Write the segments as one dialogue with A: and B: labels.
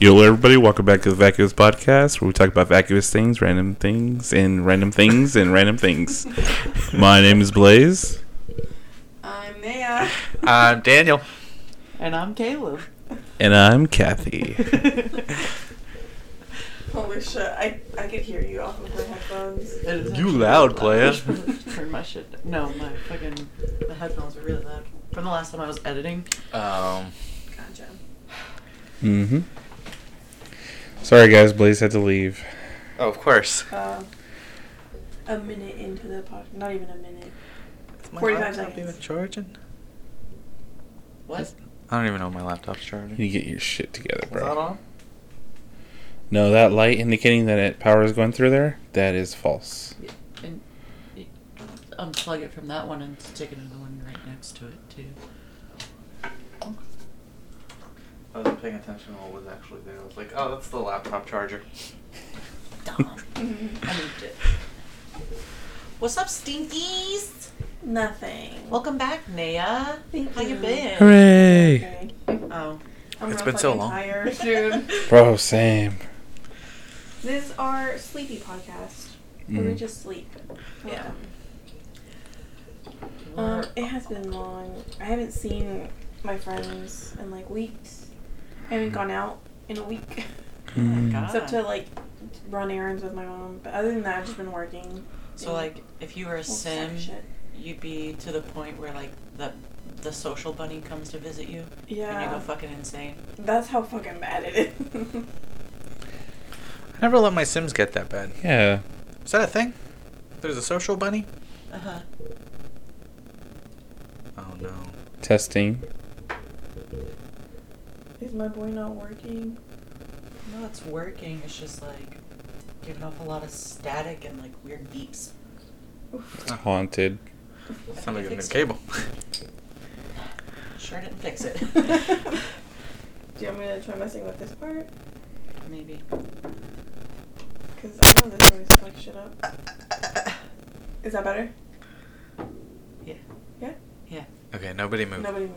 A: Yo, everybody, welcome back to the Vacuous Podcast, where we talk about vacuous things, random things, and random things, and random things. My name is Blaze.
B: I'm Naya.
C: I'm Daniel.
D: And I'm Caleb.
A: And I'm Kathy.
B: Holy shit, I, I could hear you off of my headphones.
D: It is
C: You
D: actually really
C: loud, playa.
D: loud. Turn my shit. down. No, my fucking the headphones are really loud. From the last time I was editing.
C: Um,
B: Gotcha.
A: Mm-hmm. Sorry, guys. Blaze had to leave.
C: oh, of course.
B: Uh, a minute into the podcast. Not even a minute. 45 seconds.
C: even charging?
D: What?
C: I don't even know if my laptop's
A: You
C: charging.
A: need to get your shit together,
C: Is
A: bro.
C: that on?
A: No, that light indicating that it, power is going through there, that is false.
D: And y- unplug it from that one and stick another one right next to it too.
C: I wasn't paying attention to what was actually there. I was like, oh, that's the laptop charger.
D: Dumb. I moved it. What's up, Stinkies?
B: Nothing.
D: Welcome back, Naya.
B: Thank
D: How you
B: you.
D: been?
A: Hooray!
B: Okay.
D: Oh,
B: I'm
C: It's
B: real
C: been so
B: fucking
C: long.
B: tired, dude.
A: Bro, same.
B: this is our sleepy podcast. Where we
A: Mm.
B: just sleep.
D: Yeah.
B: Um, it has been long. I haven't seen my friends in like weeks. I haven't gone out in a week.
D: oh my
A: Mm.
D: God.
B: Except to like run errands with my mom. But other than that, I've just been working.
D: So like, if you were a
B: Well, suck
D: sim,
B: shit.
D: you'd be to the point where like the the social bunny comes to visit you and you
B: Yeah.
D: go fucking insane.
B: That's how fucking bad it is.
C: I never let my Sims get that bad.
A: Yeah.
C: Is that a thing? There's a social bunny?
D: Uh
B: Uh-huh.
D: huh.
C: Oh, no.
A: Testing.
B: is my boy not working?
D: No, it's working. It's just like giving off a lot of static and like weird beeps.
A: Haunted.
C: Somebody got a new
D: Fix it.
C: cable.
D: Sure didn't fix it.
B: Do you want me to try messing with this part?
D: Maybe.
B: Because I know this always fucks shit up. Is that better?
D: Yeah.
B: Yeah?
D: Yeah.
C: okay, nobody moved.
B: Nobody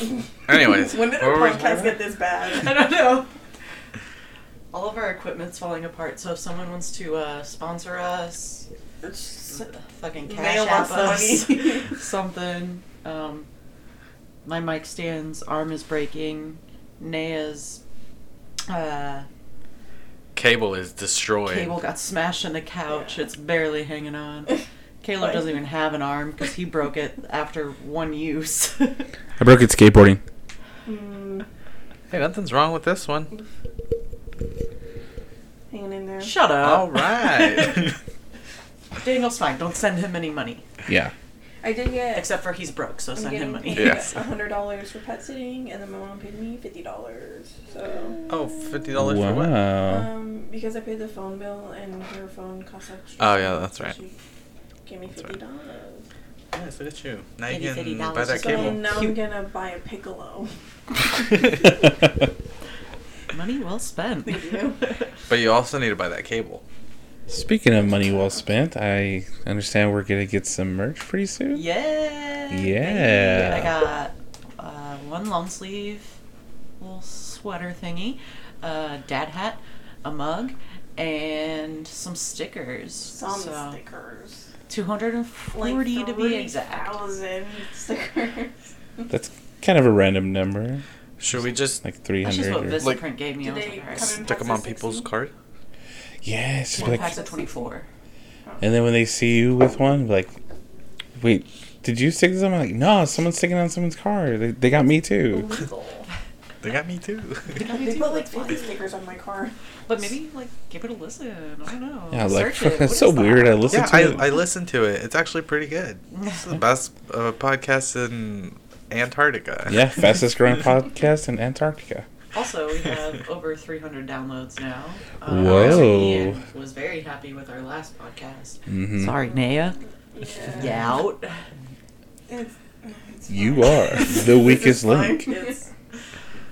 B: move.
C: Anyways,
B: when did
C: where
B: our
C: were we-
B: podcast get this bad?
D: I don't know. All of our equipment's falling apart, so if someone wants to uh, sponsor us,
B: It's-
D: fucking
B: Mail us
D: cash app
B: the
D: us
B: money.
D: something. Um, my mic stand's arm is breaking. Naya's uh,
C: Cable is destroyed.
D: cable got smashed in the couch.
B: Yeah.
D: It's barely hanging on. Caleb
B: Like-
D: doesn't even have an arm because he broke it after one use.
A: I broke it skateboarding.
B: Mm,
C: Hey, nothing's wrong with this one.
B: hanging in there.
D: Shut up.
C: All right.
D: Daniel's fine. Don't send him any money.
A: Yeah.
B: I did get.
D: Except for he's broke, so
B: I'm
D: send him
B: getting
D: money.
B: paid
C: Yeah.
B: a hundred dollars for pet sitting, and then my mom paid me fifty dollars. So.
C: oh, $50 for what?
A: Wow.
B: Um, because I paid the phone bill and her phone cost extra.
C: Oh, yeah, that's
B: so
C: right.
B: She gave me
C: That's
B: fifty
C: right.
B: dollars.
C: Yes, look at you. Now
D: Maybe
C: you can
D: $50
C: buy that
D: is
B: So
D: Cable.
C: cable.
B: now I'm
D: Cute.
B: gonna buy a piccolo.
D: Money well spent.
B: Thank you.
C: But you also need to buy that cable.
A: Speaking of money well spent, I understand we're gonna get some merch pretty soon.
D: Yeah.
A: Yeah.
D: I got uh, one long sleeve little sweater thingy, a dad hat, a mug, and some stickers.
B: Some
D: so
B: stickers.
D: 240 to be exact.
B: Thousand stickers.
A: That's kind of a random number,
C: Should we just
A: like
D: That's
A: 300.
D: just what
A: or-
D: Vistaprint
C: Like-
D: gave me.
B: Did
D: I was
B: they
D: like, all right.
B: come in
C: stick them on
B: packs of
C: people's
B: 60?
C: card?
A: yeah, it's just
D: One
A: like,
D: packs of 24.
A: and then when they see you with one, like, wait, did you stick this on? my-" Like, no, someone's sticking it on someone's car. They, they got me too.
B: Illegal.
C: They got me too.
B: they put like 50 stickers on my car.
D: But maybe, like, give it a listen. I don't know.
A: Yeah, like,
D: Search it.
A: that's
D: What
A: so
D: is that?
A: weird. I listen
C: yeah,
A: to it.
C: I, I listened to it. It's actually pretty good. It's the best uh, podcast in Antarctica.
A: yeah, fastest growing podcast in Antarctica.
D: Also, we have over 300 downloads now. Uh,
A: Whoa.
D: Ian was very happy with our last podcast.
A: Mhm.
D: Sorry, Naya.
B: Yeah.
D: Yout.
B: It's, it's
A: You
B: fine.
A: are the weakest link.
B: It's-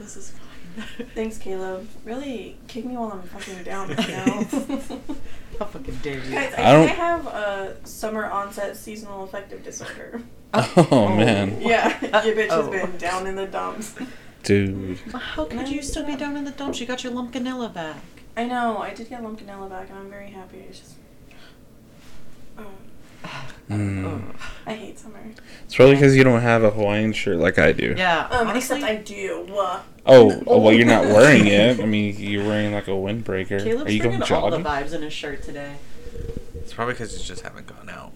D: This is fine.
B: Thanks, Caleb. Really kick me while I'm fucking down right now.
D: How fucking dare you?
B: Guys, I, think
A: I
B: I
A: don't-
B: have a summer onset seasonal affective disorder.
A: Oh, man.
B: Yeah,
D: Uh,
B: your bitch
D: oh.
B: has been down in the dumps.
A: dude.
D: Well, how could you still be down in the dumps? You got your lumpkinella back.
B: I know. I did get Lumpkinella back, and I'm very happy. It's just. Oh,
A: Mm.
D: Ugh.
B: I hate summer.
A: It's probably because you don't have a Hawaiian shirt like I do.
D: Yeah.
B: Um,
D: honestly,
B: except I do. Wah.
A: Oh, oh, well, you're not wearing it. I mean, you're wearing like a windbreaker.
D: Caleb's
A: Are you going
D: bringing all the
A: jogging?
D: vibes in his shirt today.
C: It's probably because you just haven't gone out.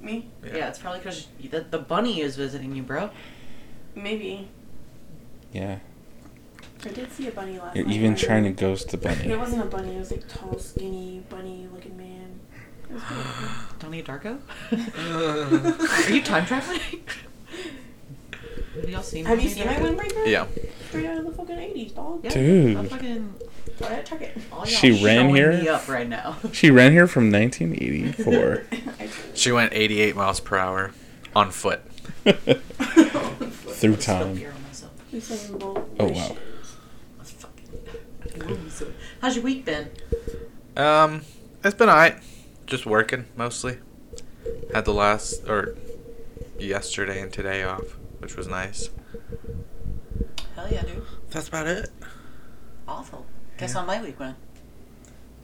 B: Me?
D: Yeah, it's probably because the, the bunny is visiting you, bro.
B: Maybe.
A: Yeah.
B: I did see a bunny last
A: You're
B: night.
A: even trying to ghost the bunny.
B: It wasn't a bunny. It was like tall, skinny, bunny-looking man. It was pretty cool.
D: Donnie Darko? Are you time traveling? Have y'all seen
B: Have you
D: Donnie
B: seen my
D: Darko?
B: windbreaker?
C: Yeah.
B: Straight out of the fucking eighties, dog.
D: Yeah,
A: Dude.
D: I'm fucking-
B: Right at Target.
D: all y'all
A: She ran
D: showing
A: here?
D: Me up right now.
A: She ran here from 1984.
B: I did.
C: She went 88 miles per hour on foot.
A: Through
D: Still
A: time.
D: fear myself.
B: Usain Bolt
A: Oh,
B: wishes.
A: wow.
D: Let's fucking- I love you so- How's your week been?
C: Um, it's been alright. Just working mostly. Had the last or yesterday and today off, which was nice.
D: Hell yeah, dude.
C: That's about it.
D: Awful. Guess
C: Yeah.
D: how my week went.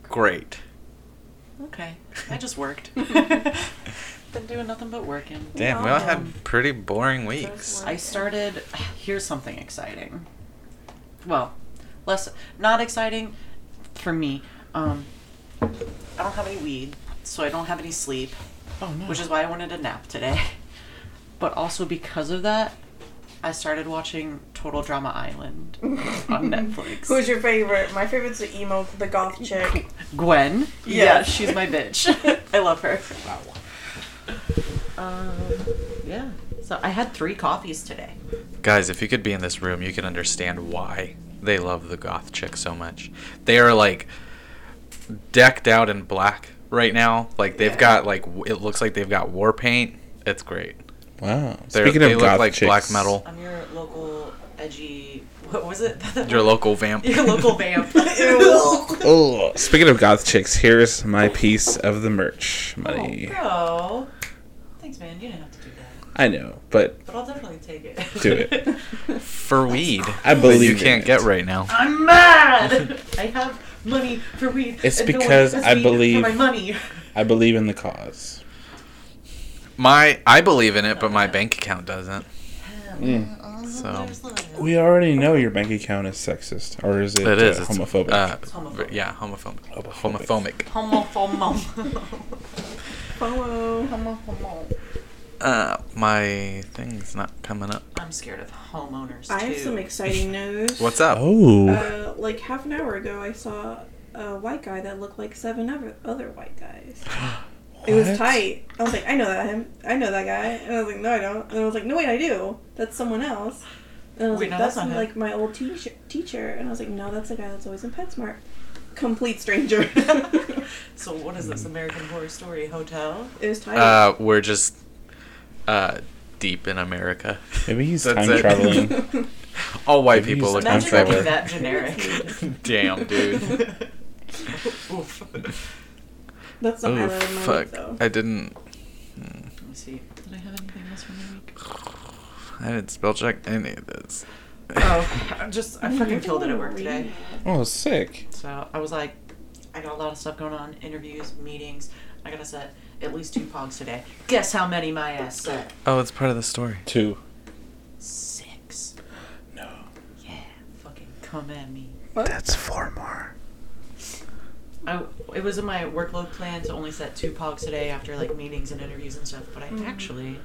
C: Great.
D: Okay. I just worked. Been doing nothing but working.
C: Damn, we all had pretty boring weeks.
D: I started. Here's something exciting. Well, less not exciting for me. Um, I don't have any weed, so I don't have any sleep,
A: Oh, no.
D: which is why I wanted a nap today. But also because of that, I started watching Total Drama Island on Netflix.
B: Who's your favorite? My favorite's the emo, the goth chick.
D: Gwen.
B: Yeah.
D: Yeah, she's my bitch. I love her. Um, yeah. So I had three coffees today.
C: Guys, if you could be in this room, you can understand why they love the goth chick so much. They are like decked out in black right now. Like they've
B: Yeah.
C: got like w- it looks like they've got war paint. It's great.
A: Wow.
C: They're,
A: Speaking
C: they
A: of
C: look
A: goth
C: like
A: chicks,
C: black metal.
D: I'm your local edgy. What was it?
C: Your local vamp.
D: Your local vamp.
B: Ew.
A: Oh, speaking of goth chicks, here's my piece of the merch
D: Oh,
A: money.
D: bro. Thanks, man. You didn't have to do that,
A: I know, but
D: but I'll definitely take it.
A: Do it.
C: for weed.
A: I
C: that
A: believe
C: you
A: in
C: can't
A: it.
C: get right now.
D: I'm mad. I have money for weed.
A: It's
D: and no one
A: because
D: has
A: I
D: weed
A: believe-
D: for my money.
A: I believe in the cause.
C: My I believe in it, but my bank account doesn't. Mm. So-
A: We already know your bank account is sexist, or is it,
C: It is
A: uh,
C: it's,
A: homophobic?
C: Uh,
D: Homophobic.
C: Yeah, homophobic.
A: Homophobic.
C: Homophobic.
D: homophobic.
B: Hello.
C: Uh, my thing's not coming up.
D: I'm scared of homeowners
B: I have
D: too.
B: some exciting news.
C: What's up?
A: oh,
B: Uh, like half an hour ago, I saw a white guy that looked like seven other, other white guys. It was
A: What?
B: tight. I was like, I know that him. I know that guy. And I was like, no, I don't. And I was like, no, wait, I do. That's someone else. And I was
D: Wait,
B: like,
D: no, that's
B: that's,
D: not him.
B: like my old teach teacher. And I was like, no, that's the guy that's always in PetSmart. Complete stranger.
D: so what is this American Horror Story hotel?
B: it was tight.
C: Uh, we're just uh deep in America.
A: maybe he's
C: That's
A: time
C: it.
A: traveling.
C: All white
A: Maybe
C: people
A: he's
C: look
A: time
C: like
D: Imagine being
A: traveler.
C: that.
D: that generic.
C: Damn, dude.
D: Oof. Let
B: that's not
C: Oh
B: my letter of my
C: fuck!
B: week, though.
C: I didn't.
D: me see. Did I have anything else from the week?
C: I didn't spell check any of this.
D: Oh, I'm just I fucking killed it at work today.
A: Oh, sick.
D: So I was like, I got a lot of stuff going on, interviews, meetings. I gotta set at least two pogs today. Guess how many my ass set?
C: Oh, it's part of the story.
A: Two.
D: Six.
A: No,
D: Yeah, fucking come at me.
A: that's four more.
D: I, it was in my workload plan to only set two pogs today after like meetings and interviews and stuff, but I actually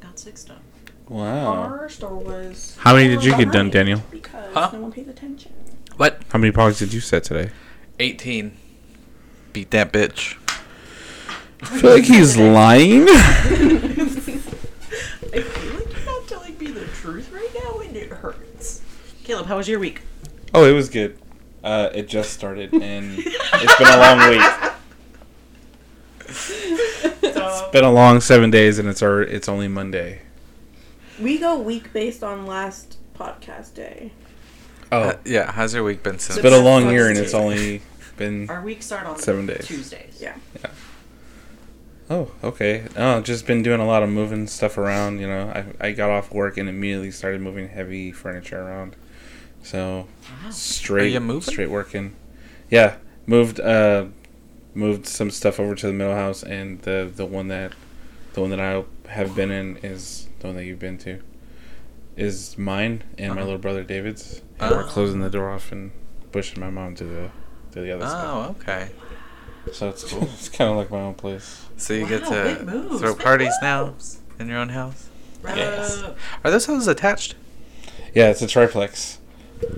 D: got six done.
A: Wow.
B: Our store was.
A: Uh-huh. How many did you get done,
B: behind
A: Daniel?
B: Because
C: Huh?
B: no one paid attention.
C: What?
A: How many pogs did you set today?
C: 18. Beat that bitch.
A: I feel like he's lying.
D: I feel like you're not telling me the truth right now, and it hurts. Caleb, how was your week?
A: oh, it was good. Uh, it just started, and it's been a long week.
D: So,
A: Been a long seven days, and it's our, it's only Monday.
B: We go week based on last podcast day.
A: Oh,
C: Uh, yeah, how's your week been since?
A: it's been a long
B: That's
A: year, and it's
B: positive.
A: only been
D: our weeks start on
A: Seven days.
D: Tuesdays.
B: Yeah.
A: Oh, okay. Oh, just been doing a lot of moving stuff around. You know, I I got off work and immediately started moving heavy furniture around. So straight,
C: you moving?
A: straight working. Yeah, moved uh, moved some stuff over to the middle house, and the the one that the one that I have been in is the one that you've been to, is mine and my
C: Uh-huh.
A: little brother David's. And We're
C: Oh.
A: closing the door off and pushing my mom to the to the other side.
C: Oh, okay.
A: So it's cool. it's kind of like my own place.
C: So you get
D: Wow,
C: to
D: big moves,
C: throw
D: big
C: parties now
D: moves.
C: in your own house.
D: Yes.
C: Are those houses attached?
A: Yeah, it's a triplex.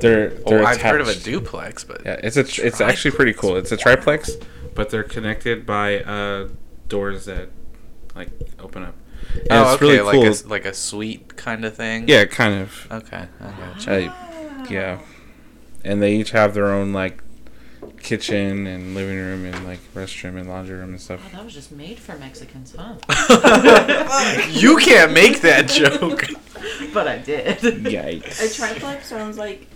A: They're they're
C: oh, I've heard of a
A: attached.
C: duplex, but
A: Yeah, it's a tr- it's actually pretty cool. It's a triplex, but they're connected by uh, doors that like open up. And
C: oh,
A: it's
C: okay,
A: really
C: like
A: cool.
C: a s- like a suite kind of thing.
A: yeah, Uh, kind of.
C: Okay. I gotcha.
B: Uh-huh.
A: I- yeah, and they each have their own like kitchen and living room and like restroom and laundry room and stuff.
D: Oh, that was just made for Mexicans, huh?
C: you can't make that joke.
D: but I did.
B: A
A: Yikes!
B: triplex sounds like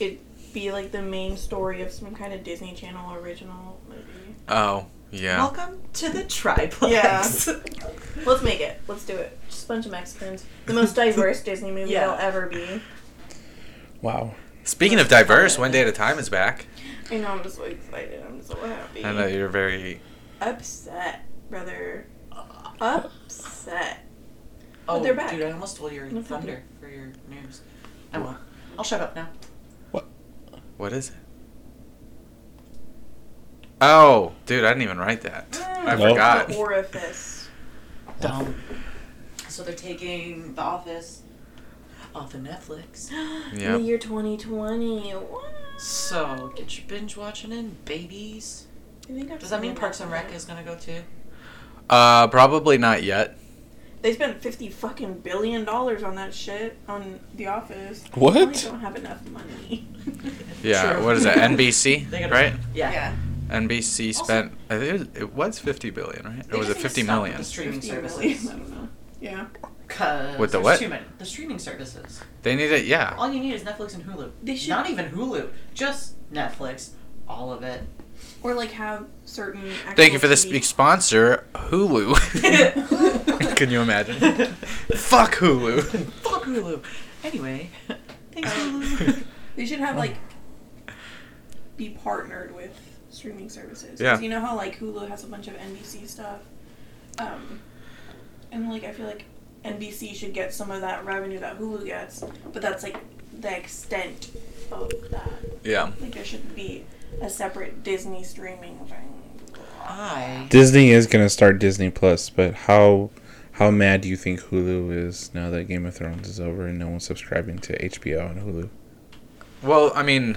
B: it'd be like the main story of some kind of Disney Channel original movie.
C: Oh, yeah.
D: Welcome to the triplex.
B: Let's make it. Let's do it. Just a bunch of Mexicans. The most diverse Disney movie
D: Yeah.
B: there'll ever be.
A: Wow.
C: Speaking of diverse, one day at a time is back.
B: I know. I'm just so excited. I'm so happy.
C: I know you're very.
B: Upset, brother. Upset.
D: Oh,
B: they're back.
D: dude, I almost stole your
B: No
D: thunder for your news. I won't. I'll shut up now.
C: What is it? Oh, dude, I didn't even write that.
D: Mm.
C: I
A: Nope.
C: forgot.
B: The Mm. orifice.
D: Dumb. So they're taking The Office off of Netflix.
B: In the
C: Yeah.
B: year 2020. What?
D: So get your binge watching in, babies.
B: I think I've
D: Does that
B: seen
D: mean
B: it
D: Parks and
B: before.
D: Rec is gonna go too?
C: Uh, probably not yet.
B: They spent 50 fucking billion dollars on that shit on The Office.
A: What?
B: They really don't have enough money.
C: Yeah.
D: Sure.
C: What is it? NBC,
D: They gotta-
C: right?
D: Yeah.
C: NBC
D: Also-
C: spent. I think it was, it was 50 billion, right?
D: They
C: Or was it
D: just need to stop
C: 50
D: with
C: million?
D: The streaming
B: 50
D: services.
B: million, I don't know. Yeah.
D: 'Cause
C: With the
D: there's
C: what?
D: Too many. The streaming services.
C: They need it. Yeah.
D: All you need is Netflix and Hulu.
B: They should-
D: Not even Hulu. Just Netflix. All of it.
B: Or like have certain.
C: Thank you for this
B: speech.
C: sponsor, Hulu. Can you imagine? Fuck Hulu.
D: Fuck Hulu. Anyway, thanks Hulu.
B: They should have like be partnered with streaming services. 'Cause
C: Yeah.
B: You know how like Hulu has a bunch of NBC stuff, um, and like I feel like NBC should get some of that revenue that Hulu gets, but that's like the extent of that.
C: Yeah.
B: Like there should be a separate Disney streaming thing.
D: I
A: Disney is gonna start Disney Plus, but how how mad do you think Hulu is now that Game of Thrones is over and no one's subscribing to HBO and Hulu?
C: Well, I mean,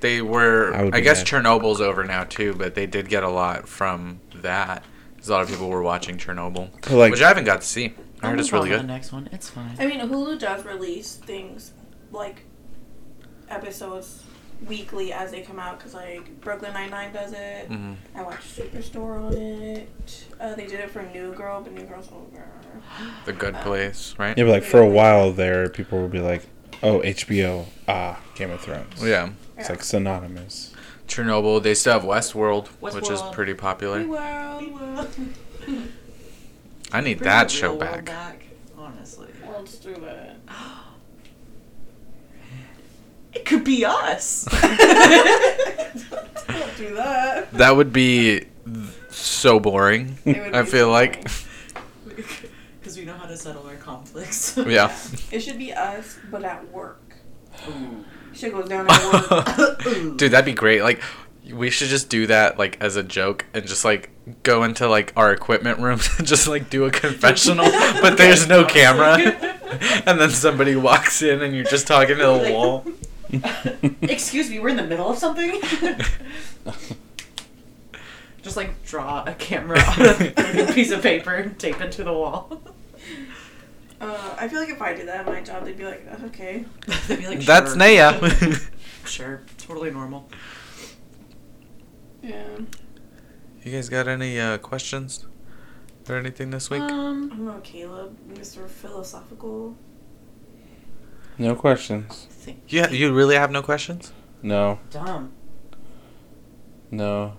C: they were.
A: I would
C: I,
A: be
C: guess
A: mad.
C: Chernobyl's over now too, but they did get a lot from that. 'Cause A lot of people were watching Chernobyl,
A: But, like-
C: which I haven't got to see. I
D: I'll
C: heard it's
D: move on
C: really
D: to The
C: good.
D: next one, it's fine.
B: I mean, Hulu does release things like episodes weekly as they come out because like Brooklyn Nine Nine does it.
C: Mhm.
B: I watched Superstore on it. Uh, they did it for New Girl, but New Girl's over.
C: Mm-hmm. The Good Place, right?
A: Yeah, but like for a while there, people will be like, "Oh, HBO, ah, Game of Thrones."
C: Yeah.
A: it's like synonymous.
C: Chernobyl. They still have Westworld, which is
D: Westworld.
C: pretty popular.
B: World,
C: I need
D: Bring
C: that
D: the
C: show
D: real world
C: back.
D: honestly.
B: world's through it.
D: It could be us.
B: Don't do that.
C: That would be so boring.
B: It would
C: I
B: be
C: feel
B: so
C: like.
B: funny.
D: Because we know how to settle our conflicts.
C: Yeah.
B: it should be us, but at work.
D: Ooh.
B: Shit goes down at work.
C: Dude, that'd be great. Like, we should just do that, like, as a joke and just, like, go into, like, our equipment room and just, like, do a confessional, but there's no camera. and then somebody walks in and you're just talking to the wall.
D: Excuse me, we're in the middle of something? Just like draw a camera on a piece of paper and tape it to the wall.
B: Uh, I feel like if I did that at my job, they'd be like, "That's okay."
D: They'd be like,
C: That's
D: sure.
C: Naya.
D: sure, totally normal.
B: Yeah.
C: you guys got any uh, questions or anything this week?
D: Uh,
B: I
D: Um,
B: don't know, Caleb, Mr. Philosophical.
A: No questions.
D: think
C: you, ha- you really have no questions?
A: No,
D: dumb.
A: no.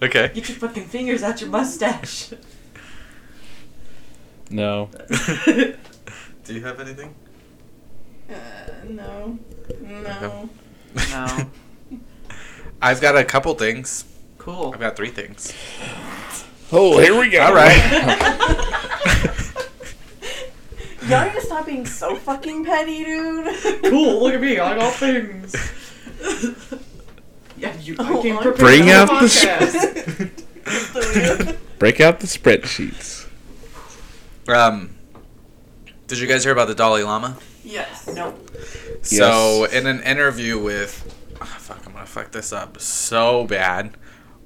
C: Okay.
D: Get your fucking fingers out your mustache.
A: No.
C: Do you have anything?
B: Uh, no. No.
D: No.
C: I've got a couple things.
D: Cool.
C: I've got three things.
A: Oh, here we go.
C: All right.
B: Y'all need to stop being so fucking petty, dude.
D: cool. Look at me. I got things. yeah, you.
B: Oh,
D: I came
B: I'm
D: prepared.
A: Bring
D: for
A: out the
D: podcast.
A: Break out the spreadsheets.
C: um, did you guys hear about the Dalai Lama?
B: yes.
D: Nope.
C: So
A: Yes.
C: in an interview with, ah, fuck, I'm gonna fuck this up so bad.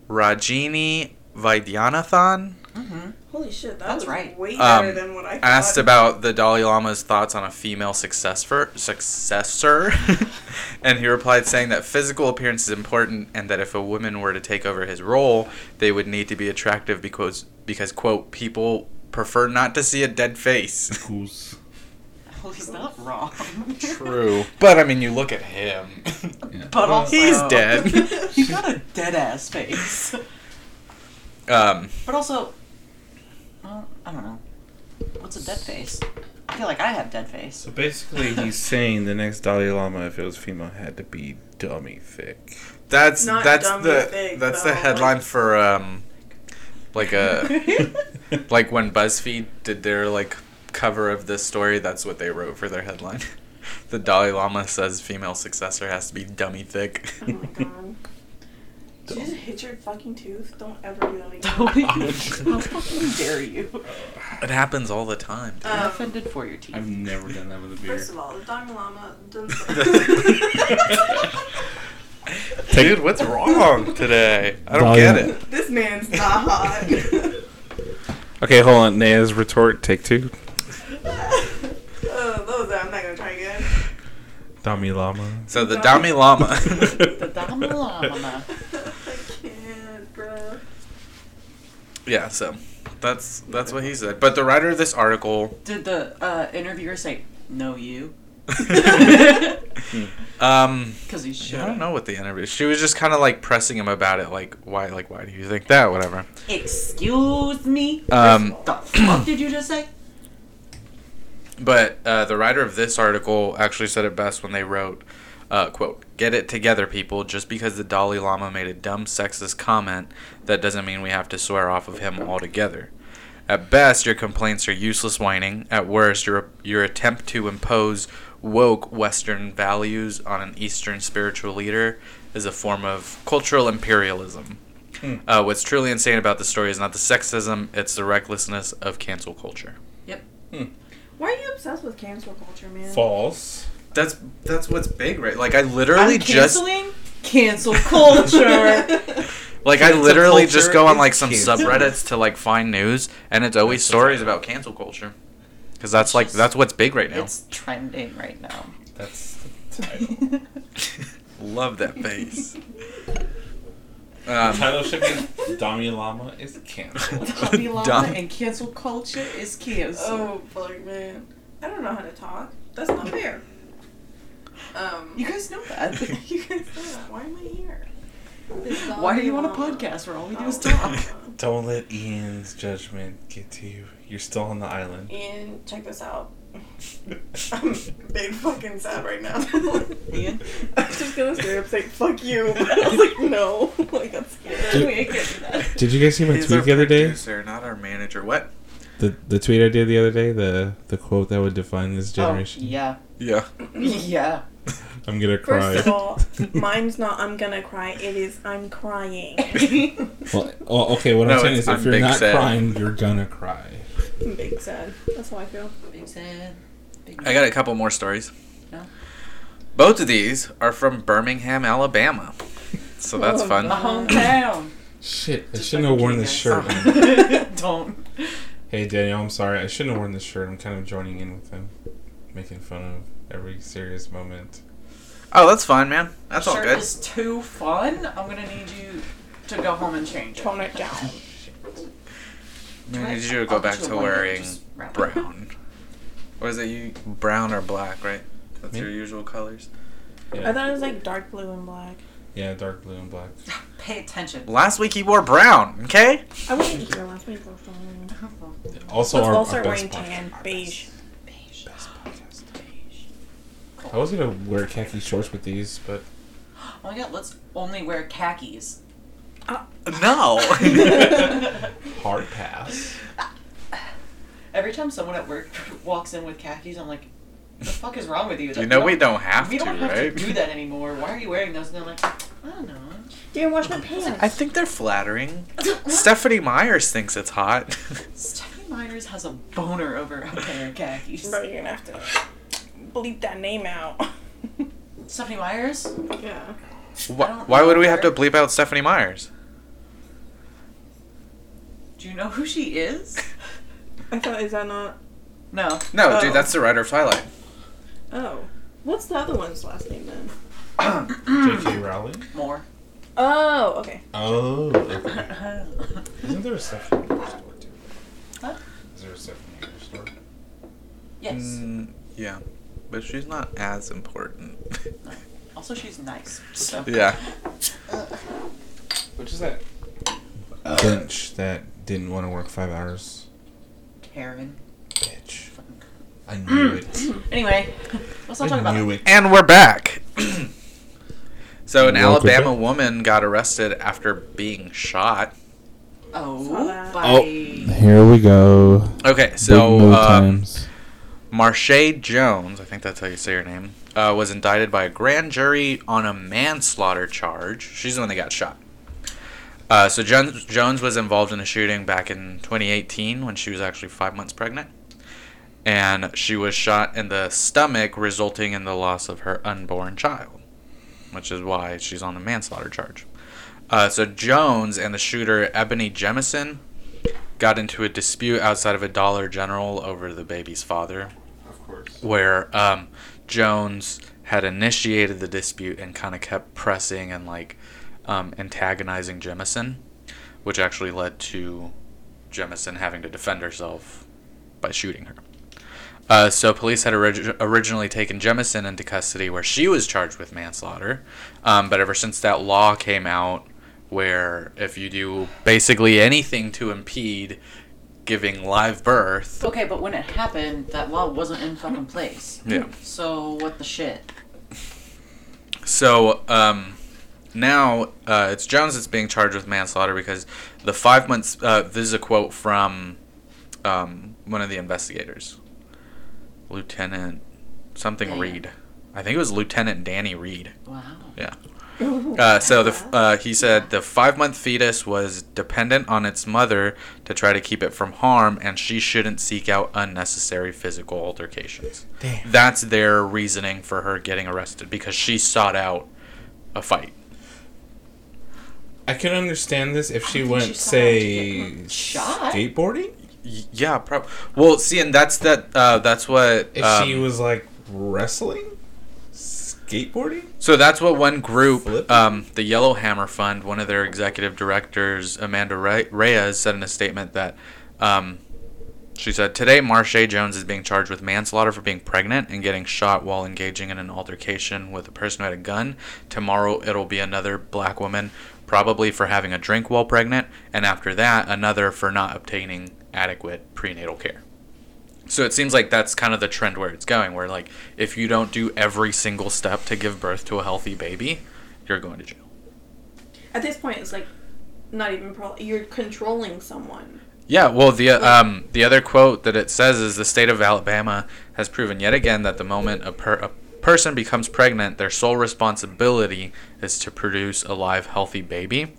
C: Rajini Vaidyanathan
D: Mm-hmm.
B: Holy shit, that
D: That's
B: was
D: right.
B: way
C: Um,
B: better than what I thought.
C: asked about the Dalai Lama's thoughts on a female successor, successor, and he replied saying that physical appearance is important, and that if a woman were to take over his role, they would need to be attractive because because quote people prefer not to see a dead face.
A: Goose.
D: Well, he's not wrong.
C: True, but I mean, you look at him.
D: But also,
C: He's dead.
D: he got a dead ass face.
C: Um,
D: But also, well, I don't know. What's a dead face? I feel like I have dead face.
A: So basically, he's saying the next Dalai Lama, if it was female, had to be dummy thick.
C: That's
B: Not
C: that's
B: dumb
C: the
B: to think,
C: that's
B: though,
C: the headline
B: like-
C: for um like
A: Uh,
C: a like when BuzzFeed did their like cover of this story, that's what they wrote for their headline. The Dalai Lama says female successor has to be dummy thick.
B: Oh my god. Did you just hit your fucking tooth? Don't ever do that again.
D: Don't you- How fucking dare you?
C: it happens all the time. dude.
D: I'm
B: Um,
D: offended for your teeth.
A: I've never done that with a beer.
B: First of all, the Dalai Lama
C: Dude, what's wrong today? I don't
A: Dalai-
C: get it.
B: This man's not hot.
A: Okay, hold on. Naya's retort, take two.
B: oh, those I'm not gonna try again.
A: Dami Lama.
C: So the Dalai Lama.
D: The Dalai Lama.
B: I can't, bro.
C: yeah, so that's that's what he said. But the writer of this article
D: Did the uh, interviewer say, no, you?
C: um
D: Because he should.
C: I don't know what the interview. She was just kind of like pressing him about it, like why, like why do you think that, whatever.
D: Excuse me?
C: Um,
D: the fuck did you just say?
C: but uh, the writer of this article actually said it best when they wrote, uh, "quote Get it together, people. Just because the Dalai Lama made a dumb sexist comment, that doesn't mean we have to swear off of him altogether. At best, your complaints are useless whining. At worst, your your attempt to impose woke Western values on an Eastern spiritual leader is a form of cultural imperialism." Uh, what's truly insane about the story is not the sexism; it's the recklessness of cancel culture.
B: Why are you obsessed with cancel culture, man?
A: False.
C: That's that's what's big, right? Like I literally
D: I'm
C: just
D: canceling cancel culture.
C: like I
A: Cancel
C: literally
A: culture
C: just go on
A: is
C: like some
A: canceled.
C: subreddits to like find news, and it's always
A: Cancel
C: stories
A: culture.
C: about cancel culture. Because that's like that's what's big right now.
D: it's trending right now.
A: That's
C: Love that face. um,
A: title should be Dami Lama is canceled.
D: Dalai Lama
C: Dumb.
D: and cancel culture is canceled.
B: Oh fuck, man. I don't know how to talk. That's not fair. Um,
D: You guys know that.
B: you guys know that. Why am I here? Oh. This
D: Why are you on a
B: Dalai Lama.
D: podcast where all we do is
B: Dalai
D: talk?
B: Lama.
A: Don't let Ian's judgment get to you. You're still on the island.
B: Ian, check this out. I'm big fucking sad right now.
D: Ian?
B: I was just gonna straight up say fuck you. But I was like, no, like that's
D: Dude. We can't do that.
A: Did you guys see my
C: he's
A: tweet
C: our
A: the other day?
C: producer, not our manager. What?
A: The the tweet I did the other day, the the quote that would define this
D: Oh, yeah.
C: Yeah.
D: Yeah.
A: I'm gonna
B: First of all, mine's not. I'm gonna cry. It is. I'm crying.
A: well, oh, okay, what
C: No,
A: I'm saying
C: it's-
A: is
C: I'm
A: if you're
C: big
A: not
C: sad.
A: crying, you're gonna cry.
B: I'm big sad. That's how I feel.
D: Big sad. Big
C: I got a couple more stories.
D: No.
C: Both of these are from Birmingham, Alabama. So that's
B: Oh,
C: fun.
D: My hometown.
A: Shit, I
D: Just
A: shouldn't have
D: fucking
A: worn
D: kidding,
A: this shirt.
D: guys. Don't.
A: hey Daniel, I'm sorry. I shouldn't have worn this shirt. I'm kind of joining in with him, making fun of every serious moment.
C: Oh, that's fine, man. That's all
D: shirt
C: good.
D: is too fun. I'm gonna need you to go home and change it.
B: Tone it down.
C: I need you
D: I'll
C: to go
D: get
C: back
D: you a
C: to
D: one that
C: wearing
D: just wrap it.
C: brown. What is it? You brown or black, right? That's
A: Me?
C: your usual colors.
B: I thought it was like dark blue and black.
A: Yeah, dark blue and black.
D: Pay attention.
C: Last week he wore brown, okay?
B: I wasn't here last week. Let's all
A: Also, our, our
B: start
A: best
B: wearing
A: podcast.
B: tan beige.
A: Best podcast. I was gonna wear khaki shorts with these, but
D: Oh my god, let's only wear khakis.
C: No.
A: hard pass.
D: Every time someone at work walks in with khakis, I'm like, the fuck is wrong with you?
C: you know we don't have
D: We
C: to,
D: don't have
C: right?
D: to do that anymore. Why are you wearing those? And they're like, I don't know.
B: Didn't wash my pants.
C: I think they're flattering. Stephanie Myers thinks it's hot.
D: Stephanie Myers has a boner over a pair of khakis.
B: Bro, you're gonna have to bleep that name out.
D: Stephanie Myers?
B: yeah.
C: Why,
D: don't
C: why
D: know
C: would we have
D: her.
C: to bleep out Stephanie Myers?
D: Do you know who she is?
B: I thought, is that not?
D: No.
C: No,
B: Oh.
C: dude, that's the writer of Twilight.
B: Oh. What's the other one's last name then?
A: J.K. Rowling.
D: More.
B: Oh, okay.
A: Oh, okay.
D: I
A: isn't there a Stephanie Myers store too?
D: Huh?
A: Is there a Stephanie Myers store?
D: Yes.
C: Mm, yeah, but she's not as important.
D: Also, she's nice. So.
C: yeah.
A: Which is that bench that didn't want to work five hours?
D: Karen.
A: Bitch, I knew it.
D: Anyway, let's not talk
A: I
D: about
A: knew
D: that.
A: it.
C: And we're back. so an
A: Welcome
C: Alabama
A: back.
C: woman got arrested after being shot.
B: Saw
D: Oh,
B: that.
D: bye.
A: Here we go.
C: Okay, so uh, Marche Jones, I think that's how you say her name, uh, was indicted by a grand jury on a manslaughter charge. She's the one that got shot. Uh, so Jones, Jones was involved in a shooting back in 2018 when she was actually five months pregnant, and she was shot in the stomach, resulting in the loss of her unborn child, which is why she's on the manslaughter charge. Uh, so Jones and the shooter Ebony Jemison got into a dispute outside of a Dollar General over the baby's father,
A: Of course.
C: where um, Jones had initiated the dispute and kind of kept pressing and like um, antagonizing Jemison, which actually led to Jemison having to defend herself by shooting her. Uh, so police had orig- originally taken Jemison into custody, where she was charged with manslaughter. Um, but ever since that law came out, where if you do basically anything to impede giving live birth,
D: Okay, but when it happened, that law wasn't in fucking place.
C: yeah.
D: So what the shit?
C: So um, now uh, it's Jones that's being charged with manslaughter because the five months. Uh, this is a quote from um, one of the investigators, Lieutenant something
D: Yeah.
C: Reed. I think it was Lieutenant Danny Reed.
D: Wow.
C: Yeah. Uh, so the f- uh, he said the five month fetus was dependent on its mother to try to keep it from harm, and she shouldn't seek out unnecessary physical altercations.
A: Damn.
C: That's their reasoning for her getting arrested because she sought out a fight.
A: I could understand this if she
D: think
A: went,
D: she's
A: say,
D: someone to get shot.
A: skateboarding.
C: Y- yeah, prob- well, see, and that's that. Uh, that's what.
A: If
C: um,
A: she was like wrestling, skateboarding.
C: So that's what one group,
A: Flip.
C: um, the Yellowhammer Fund, one of their executive directors, Amanda Re- Reyes, said in a statement that um, she said, Today, Marche Jones is being charged with manslaughter for being pregnant and getting shot while engaging in an altercation with a person who had a gun. Tomorrow, it'll be another black woman, probably for having a drink while pregnant, and after that, another for not obtaining adequate prenatal care. So it seems like that's kind of the trend where it's going, where like if you don't do every single step to give birth to a healthy baby, you're going to jail.
B: At this point, it's like not even pro- you're controlling someone.
C: Yeah, well, the uh, um, the other quote that it says is the state of Alabama has proven yet again that the moment a, per- a person becomes pregnant, their sole responsibility is to produce a live, healthy baby,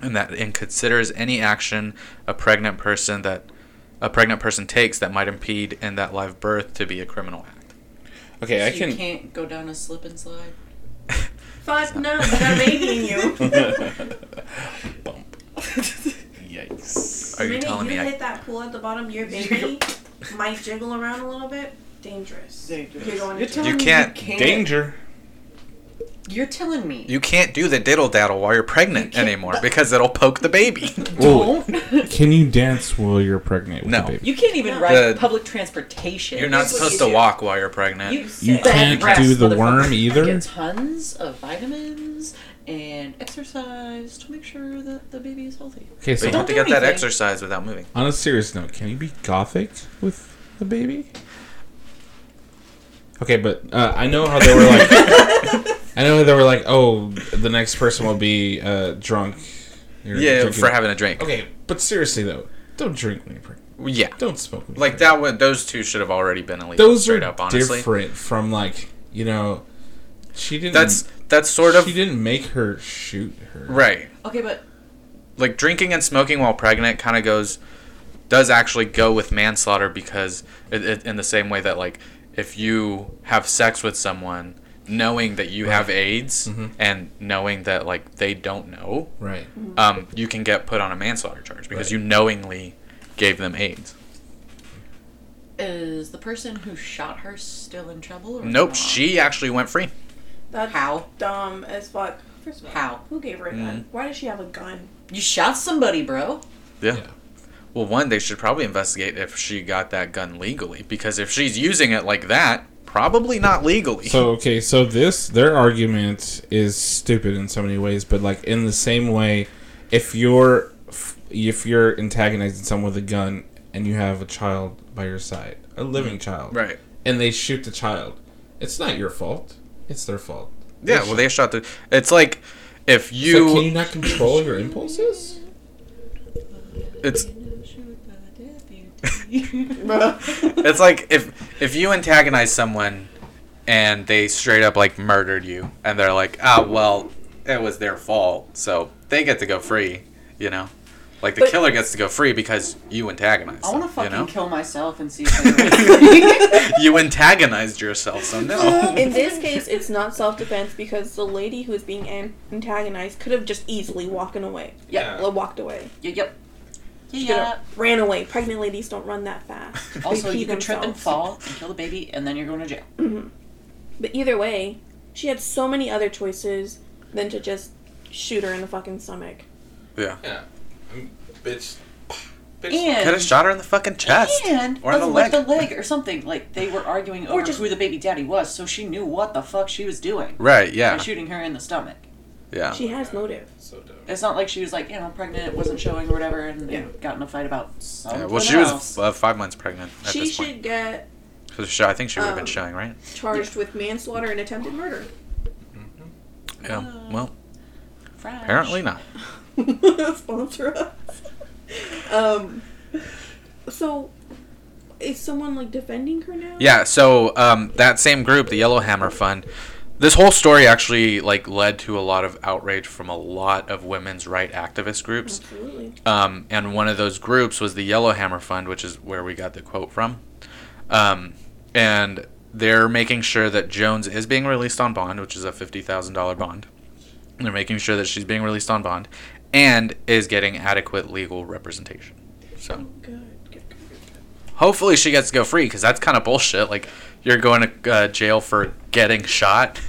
C: and that it considers any action a pregnant person that a pregnant person takes that might impede in that live birth to be a criminal act.
A: Okay,
D: so
A: I
D: You
A: can.
D: can't go down a slip and slide.
B: Fuck no, I got a baby in you.
A: Bump. Yikes.
C: Are you telling me
B: you
C: I
B: hit that pool at the bottom, your baby might jiggle around a little bit. Dangerous.
D: Dangerous.
B: You're going
D: You're
B: to
D: telling
B: jail.
C: You
D: me
C: can't-
D: can't-
A: Danger.
D: You're telling me.
C: You can't do the diddle daddle while you're
D: You
C: pregnant
D: can't-
C: anymore because it'll poke the baby.
D: don't.
A: Can you dance while you're pregnant with
C: No.
A: a baby?
D: you can't even
B: No.
D: ride
C: The-
D: public transportation.
C: You're not
B: Here's what
C: supposed
B: you
C: to
B: do.
C: walk while you're pregnant.
D: You,
A: You
D: fat
A: can't
D: breast
A: do the
D: motherfucker.
A: worm
D: I
A: either?
D: get tons of vitamins and and exercise to make sure that the baby is healthy.
A: Okay,
C: But
A: so
C: you have
D: Don't
C: to
D: do
C: get that
D: anything.
C: exercise without moving.
A: on a serious note, can you be gothic with the baby? Okay, but uh, I know how they were like. I know they were like, oh, the next person will be uh, drunk. You're
C: Yeah,
A: drinking-
C: for having a drink.
A: Okay, but seriously though, don't drink when you're pregnant.
C: Yeah.
A: Don't smoke. When you're
C: Like
A: pregnant.
C: that one, those two should have already been illegal.
A: Those
C: straight
A: are
C: up, honestly.
A: different from like you know, she didn't.
C: That's that's sort of
A: She didn't make her shoot her.
C: right.
D: Okay, but
C: Like drinking and smoking while pregnant kind of goes does actually go with manslaughter because it, it, in the same way that like if you have sex with someone knowing that you have AIDS
A: Mhm.
C: and knowing that like they don't know,
A: Right.
C: um, you can get put on a manslaughter charge because
A: Right.
C: you knowingly gave them AIDS.
D: is the person who shot her still in trouble? Or
C: Nope,
D: not?
C: she actually went free.
B: That's
D: How?
B: dumb as fuck. First of all,
D: How?
B: Who gave her a
C: Mm.
B: gun? Why does she have a gun?
D: You shot somebody, bro.
C: Yeah.
A: Yeah.
C: Well, one, they should probably investigate if she got that gun legally because if she's using it like that, probably not legally.
A: So okay, so this their argument is stupid in so many ways, but like in the same way, if you're f- if you're antagonizing someone with a gun and you have a child by your side, a living child,
C: Mm. right.
A: and they shoot the child, it's not your fault. It's their fault.
C: Yeah, well, they shot the. It's like if you.
A: So can you not control your impulses?
C: it's it's like if if you antagonize someone and they straight up like murdered you and they're like, ah, well, it was their fault, so they get to go free, you know. Like the
D: But-
C: killer gets to go free because you antagonized.
D: I want to
C: them,
D: fucking
C: you know?
D: kill myself and see if I'm
C: you antagonized yourself, so no.
B: In this case, it's not self defense because the lady who is being an- antagonized could have just easily walking away.
D: Yeah.
B: Well, walked away.
D: Yep. Yep.
B: She could have ran away. Pregnant ladies don't run that fast. They
D: Also,
B: pee
D: you could trip and
B: themselves. Mm-hmm.
D: fall and kill the baby, and then you're going to jail.
B: But either way, she had so many other choices than to just shoot her in the fucking stomach.
C: yeah.
A: Yeah, bitch.
C: Could have
D: And
C: shot her in the fucking chest.
D: and
C: or in the
D: with
C: leg.
D: the leg or something like they were arguing over
B: just-
D: who the baby daddy was, so she knew what the fuck she was doing
C: Right,
D: by
C: yeah.
D: shooting her in the stomach.
C: Yeah.
B: She has motive.
A: So dumb.
D: It's not like she was like you know pregnant, wasn't showing or whatever, and you know, got in a fight about something.
C: Yeah, well, she was
D: else.
C: uh, five months pregnant at
B: she
C: this
B: should
C: point.
B: get
C: 'Cause she- I think she would have
D: Oh.
C: been
B: um,
C: showing, right?
B: charged with manslaughter and attempted murder.
C: Yeah.
D: uh,
C: well,
D: Fresh.
C: apparently not.
B: Sponsor us. um, so is someone like defending her now?
C: Yeah, so um, that same group, the Yellowhammer Fund, this whole story actually like led to a lot of outrage from a lot of women's right activist groups.
B: Absolutely.
C: Um, and one of those groups was the Yellowhammer Fund, which is where we got the quote from. Um, and they're making sure that Jones is being released on bond, which is a $50,000 bond. They're making sure that she's being released on bond and is getting adequate legal representation. So
B: Good. Good. good, good.
C: hopefully she gets to go free because that's kind of bullshit. Like, you're going to uh, jail for getting shot.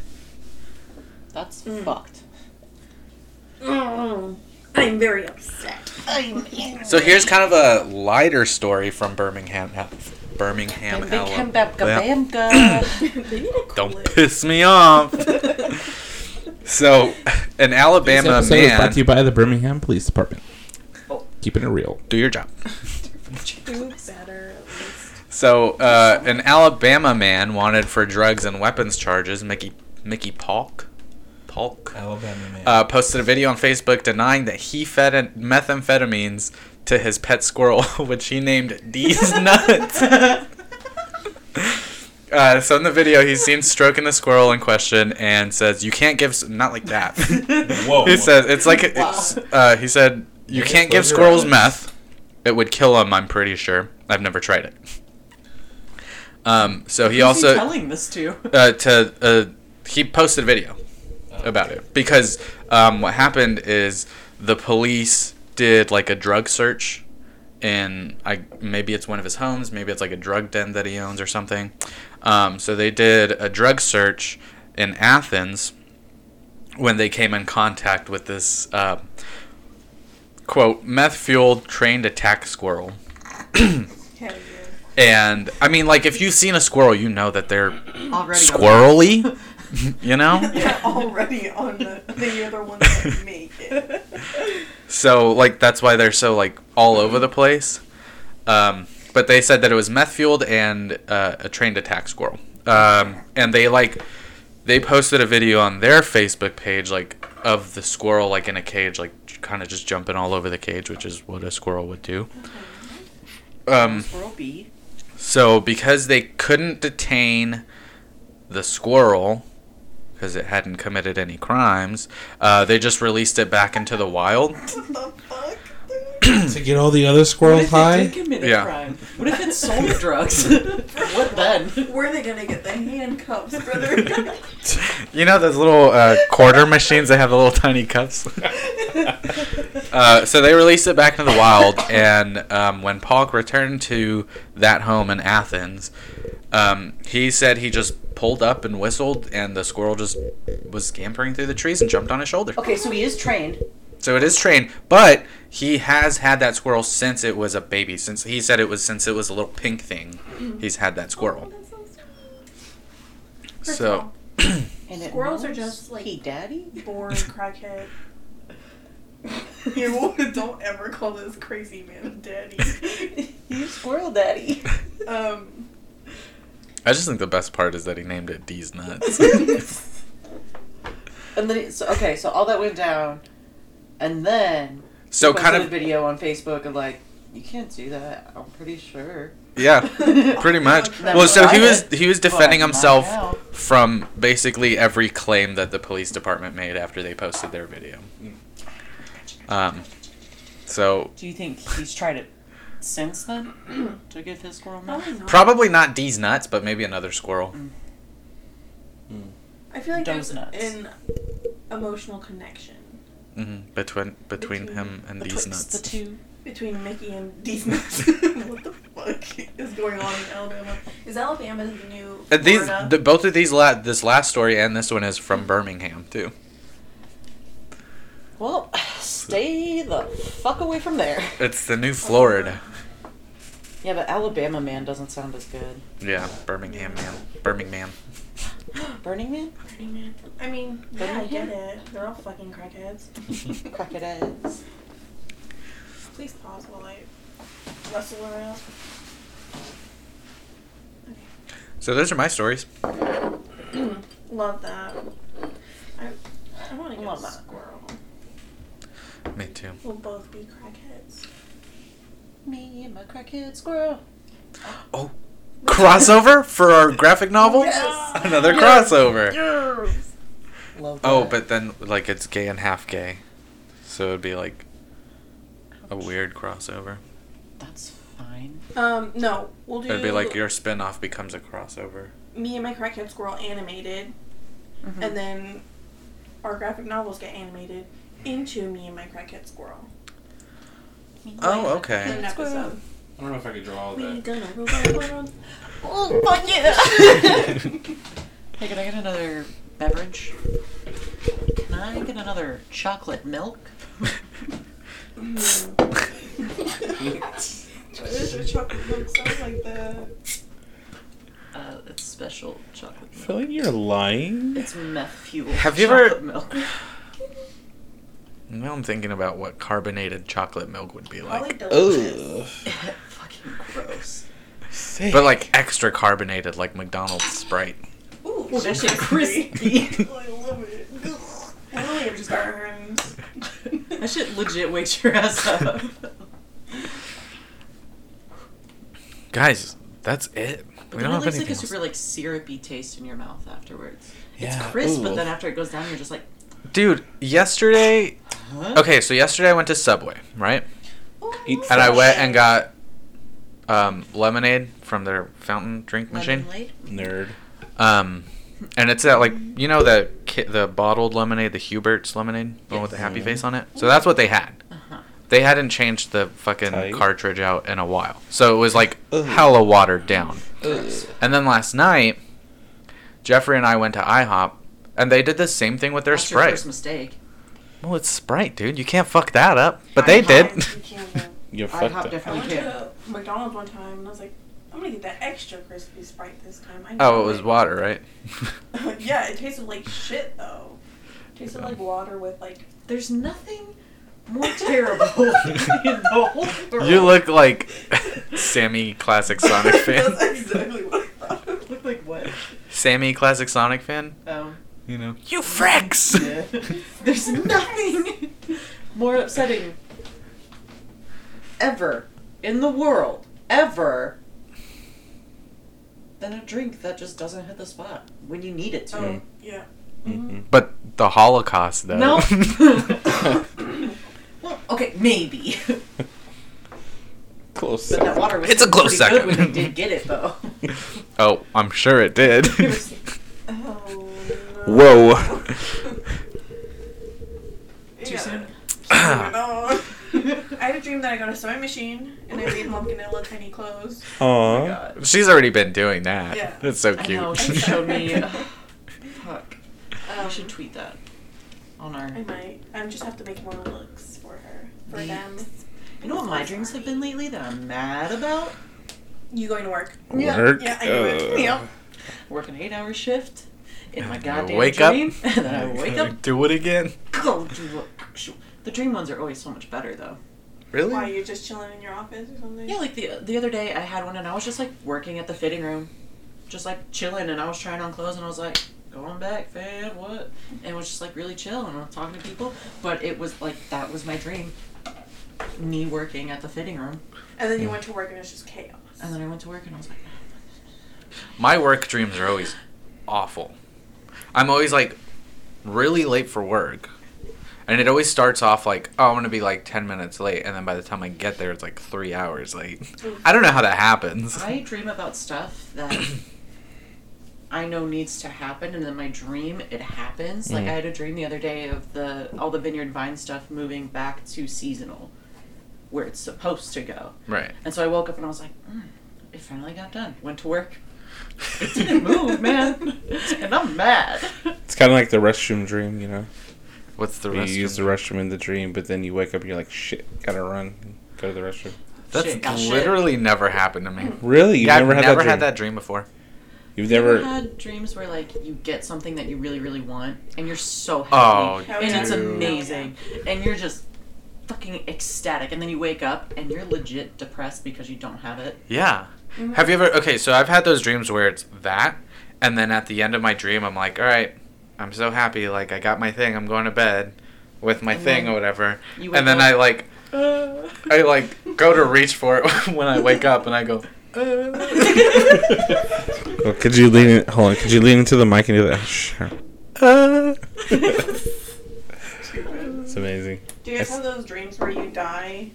D: That's fucked.
B: Mm, I'm very upset.
C: So here's kind of a lighter story from Birmingham. Birmingham,
D: Bam, bam,
C: Alabama.
D: bam, bam.
B: they need to cool
C: Don't
B: it.
C: piss me off. so, an Alabama
A: This episode is brought
C: man.
A: to you by the Birmingham Police Department.
D: Oh.
A: Keeping it real.
C: Do your job.
B: Do better. at least.
C: So, uh, an Alabama man wanted for drugs and weapons charges, Mickey Mickey Polk, Polk,
A: Alabama man.
C: uh, posted a video on Facebook denying that he fed an- methamphetamines to his pet squirrel, which he named D's Nuts. Uh, so in the video, he's seen stroking the squirrel in question and says, "You can't give s- not like that."
A: Whoa.
C: He says, "It's like
D: Wow.
C: it's, uh, he said, you
A: Nigga,
C: can't give
A: close your
C: squirrels
A: eyes."
C: meth. It would kill them. I'm pretty sure. I've never tried it." Um, so he
D: Who's he
C: also
D: telling this to.
C: uh, to uh, he posted a video about it because um, what happened is the police did like a drug search and I maybe it's one of his homes, maybe it's like a drug den that he owns or something. Um, so they did a drug search in Athens when they came in contact with this uh, quote meth fueled trained attack squirrel.
B: Hell yeah.
C: And I mean, like if you've seen a squirrel, you know that they're
D: Already.
C: squirrely. you know?
B: They're already on the, the other ones that make it.
C: So like that's why they're so like all over the place. Um, but they said that it was meth fueled and uh, a trained attack squirrel. Um, and they like they posted a video on their Facebook page like of the squirrel like in a cage like kind of just jumping all over the cage, which is what a squirrel would do. Um,
D: Squirrel bee.
C: so because they couldn't detain the squirrel because it hadn't committed any crimes, uh, they just released it back into the wild.
B: What the fuck?
A: to get all the other
D: What
A: squirrels
D: if it did
A: high.
D: commit a
C: Yeah.
D: crime? What if it sold drugs? what then?
B: dude? Where are they gonna get the handcuffs, brother?
C: You know those little uh, quarter machines that have the little tiny cups? uh, so they released it back into the wild, and um, when Polk returned to that home in Athens, um, he said he just pulled up and whistled, and the squirrel just was scampering through the trees and jumped on his shoulder.
D: Okay, so he is trained.
C: So it is trained, but he has had that squirrel since it was a baby. Since he said it was since it was a little pink thing, he's had that squirrel.
B: Oh, That's so sweet. First of
C: So
B: all,
D: And it
B: Squirrels are
D: knows
B: just, like-
D: he daddy.
B: born crackhead. You don't ever call this crazy man a daddy.
D: He's squirrel daddy.
B: Um,
C: I just think the best part is that he named it D's nuts.
D: And then it- so okay, so all that went down, and then
C: So
D: posted
C: kind
D: a
C: of
D: video on Facebook of like you can't do that. I'm pretty sure.
C: yeah, pretty much.
B: That's
C: Well, so he
D: right.
C: was he was defending
D: Well, not
C: himself
D: now.
C: from basically every claim that the police department made after they posted their video. Um, so
D: Do you think he's tried it since then to give his squirrel milk?
B: probably not.
C: probably not D's nuts, but maybe another squirrel.
B: I feel like there's
D: Those nuts.
B: an emotional connection
C: hmm Between between him and D's
D: Betwixt
C: nuts.
D: the two.
B: between Mickey and these nuts. what the fuck is going on in Alabama? Is Alabama the new
C: And these
B: Florida?
C: the, both of these la- this last story and this one is from Birmingham too.
D: Well, stay the fuck away from there.
C: It's the new Florida.
D: Yeah, but Alabama man doesn't sound as good.
C: Yeah, Birmingham man. Birmingham.
D: Burning Man,
B: Burning Man. I mean, yeah, I
D: Birmingham?
B: get it. They're all fucking crackheads.
D: crack it eggs.
B: Please pause while I wrestle around.
C: So those are my stories.
B: Love that. I, I want to get
D: Love
B: a
D: that.
B: squirrel.
C: Me too.
B: We'll both be crackheads.
D: Me and my crackhead squirrel.
C: Oh, crossover for our graphic novel.
B: Yes.
C: Another crossover.
D: Love.
C: Oh,
D: that.
C: but then like it's gay and half gay, so it'd be like a oh, weird crossover.
D: that's fine.
B: Um, no, we'll do.
C: It'd be like your spin-off becomes a crossover.
B: me and my crackhead squirrel animated,
D: Mm-hmm.
B: and then our graphic novels get animated into me and my crackhead squirrel.
C: Oh,
B: In
C: okay.
B: an episode.
A: I don't know if I could draw all
B: We gonna rule the world.
D: Oh fuck yeah! hey, can I get another beverage? Can I get another chocolate milk? Mm-hmm.
B: What is your chocolate milk sound like that?
D: Uh, it's special chocolate
A: I
D: milk.
A: feel like you're lying.
D: It's meth fueled.
C: Have you ever-
D: chocolate Milk.
C: Now I'm thinking about what carbonated chocolate milk would be
B: Probably
C: like,
B: delicious.
D: Fucking gross.
A: sick.
C: but like extra carbonated, like McDonald's Sprite.
B: Ooh,
D: Well, that
B: shit's
D: shit's crispy.
B: great. I love it. Literally, it just burns.
D: That shit legit wakes your ass up.
C: Guys, that's it.
D: But
C: We
D: then
C: don't
D: it leaves
C: have anything.
D: like a
C: else.
D: super like syrupy taste in your mouth afterwards.
A: Yeah,
D: it's crisp,
A: ooh.
D: but then after it goes down, you're just like,
C: Dude, yesterday.
D: huh? Oh,
C: Okay, so yesterday I went to Subway, right?
A: Eat
C: And I went and got um, lemonade from their fountain drink machine.
D: Lemonade?
A: nerd.
C: Um, and it's that like you know the ki- the bottled lemonade, the Hubert's lemonade, the one with the
A: Yes.
C: happy face on it. So that's what they had.
D: Uh-huh.
C: They hadn't changed the fucking
A: Tight.
C: cartridge out in a while, so it was like
A: Ugh.
C: hella watered down.
A: Ugh.
C: And then last night, Jeffrey and I went to IHOP, and they did the same thing with their
D: That's your
C: Sprite.
D: first mistake.
C: Well, it's Sprite, dude. You can't fuck that up. But they
D: IHOP.
C: did.
A: You're
D: IHOP
A: fucked up.
D: different.
B: I went
D: Okay.
B: to McDonald's one time and I was like, oh, I'm gonna get that extra crispy Sprite this time. I
C: Oh,
B: know
C: it was
B: it.
C: water, right?
B: yeah, it tasted like shit though. It tasted
C: Yeah.
B: like water with like.
D: There's nothing more terrible in the whole world.
C: you look like Sammy Classic Sonic
B: That's
C: fan.
B: exactly what I thought.
D: Look like what?
C: Sammy Classic Sonic fan?
D: Um,
C: You know. You fricks!
D: yeah. There's nothing more upsetting ever in the world ever than a drink that just doesn't hit the spot when you need it to.
C: Mm.
B: Oh yeah.
A: Mm-hmm.
C: But the Holocaust, though.
D: No. Well, okay, maybe.
A: Close.
D: But that water was
C: It's a close
D: pretty good
C: second.
D: when you did get it though.
C: oh, I'm sure it did.
B: Oh no.
A: Whoa.
B: Yeah.
D: soon?
B: Oh, no. I had a dream that I got a sewing machine and I made Mumkinella tiny clothes.
A: Aww.
D: Oh God.
C: She's already been doing that.
B: Yeah.
C: That's so
D: I
C: cute.
D: know she
B: I'm sorry.
D: showed me. fuck.
B: Um,
D: I should tweet that on our.
B: I might. I just have to make more looks for her. For
D: Yes.
B: them.
D: You know what my dreams have been lately that I'm mad about?
B: You going to work.
D: Yeah.
A: Work.
B: Yeah, I knew it.
A: uh,
B: Yeah.
D: Work an eight-hour shift in my
C: And
D: goddamn
C: wake up.
D: dream, and then I Uh, wake up.
C: Do it again.
D: Go do a- shoo. The dream ones are always so much better though.
C: Really?
B: Why you're just chilling in your office or something?
D: Yeah, like the the other day I had one and I was just like working at the fitting room, just like chilling, and I was trying on clothes and I was like going back, fam, what? And it was just like really chill and I'm talking to people, but it was like that was my dream, me working at the fitting room,
B: And
A: Mm.
B: then you went to work and it's just chaos.
D: and then I went to work and I was like, "Oh,
C: My work dreams are always awful. I'm always like really late for work. And it always starts off like, oh, I'm going to be like 10 minutes late. And then by the time I get there, it's like three hours late. I don't know how that happens.
D: I dream about stuff that I know needs to happen, and in my dream it happens. Like I had a dream the other day of the all the vineyard vine stuff moving back to seasonal, where it's supposed to go.
C: Right.
D: And so I woke up and I was like, mm, it finally got done. Went to work. It didn't move, man, and I'm mad.
A: It's kind of like the restroom dream, you know.
C: What's the
A: You
C: rest?
A: use the restroom in the dream, but then you wake up and you're like, shit, gotta run, go to the restroom.
C: That's
D: Shit, got shit.
C: literally never happened to me.
A: Really? You've
C: yeah,
A: never
C: I've
A: had
C: never
A: that dream?
C: had that dream before.
A: You've
D: You ever
A: never.
D: had dreams where like you get something that you really, really want, and you're so happy.
C: Oh,
B: How
D: and it's
B: dude.
D: amazing and you're just fucking ecstatic and then you wake up and you're legit depressed because you don't have it
C: Yeah. Mm-hmm. Have you ever? Okay, so I've had those dreams where it's that, and then at the end of my dream, I'm like, all right, I'm so happy. Like, I got my thing. I'm going to bed with my
D: And
C: thing
D: then
C: or whatever.
D: you wake
C: And then
D: up-
C: I like, I like go to reach for it when I wake up, and I go. Uh,
A: Oh, could you lean? In, hold on. Could you lean into the mic and do that? Sure.
C: uh.
A: It's amazing.
B: Do you
A: Yes.
B: guys have those dreams where you die?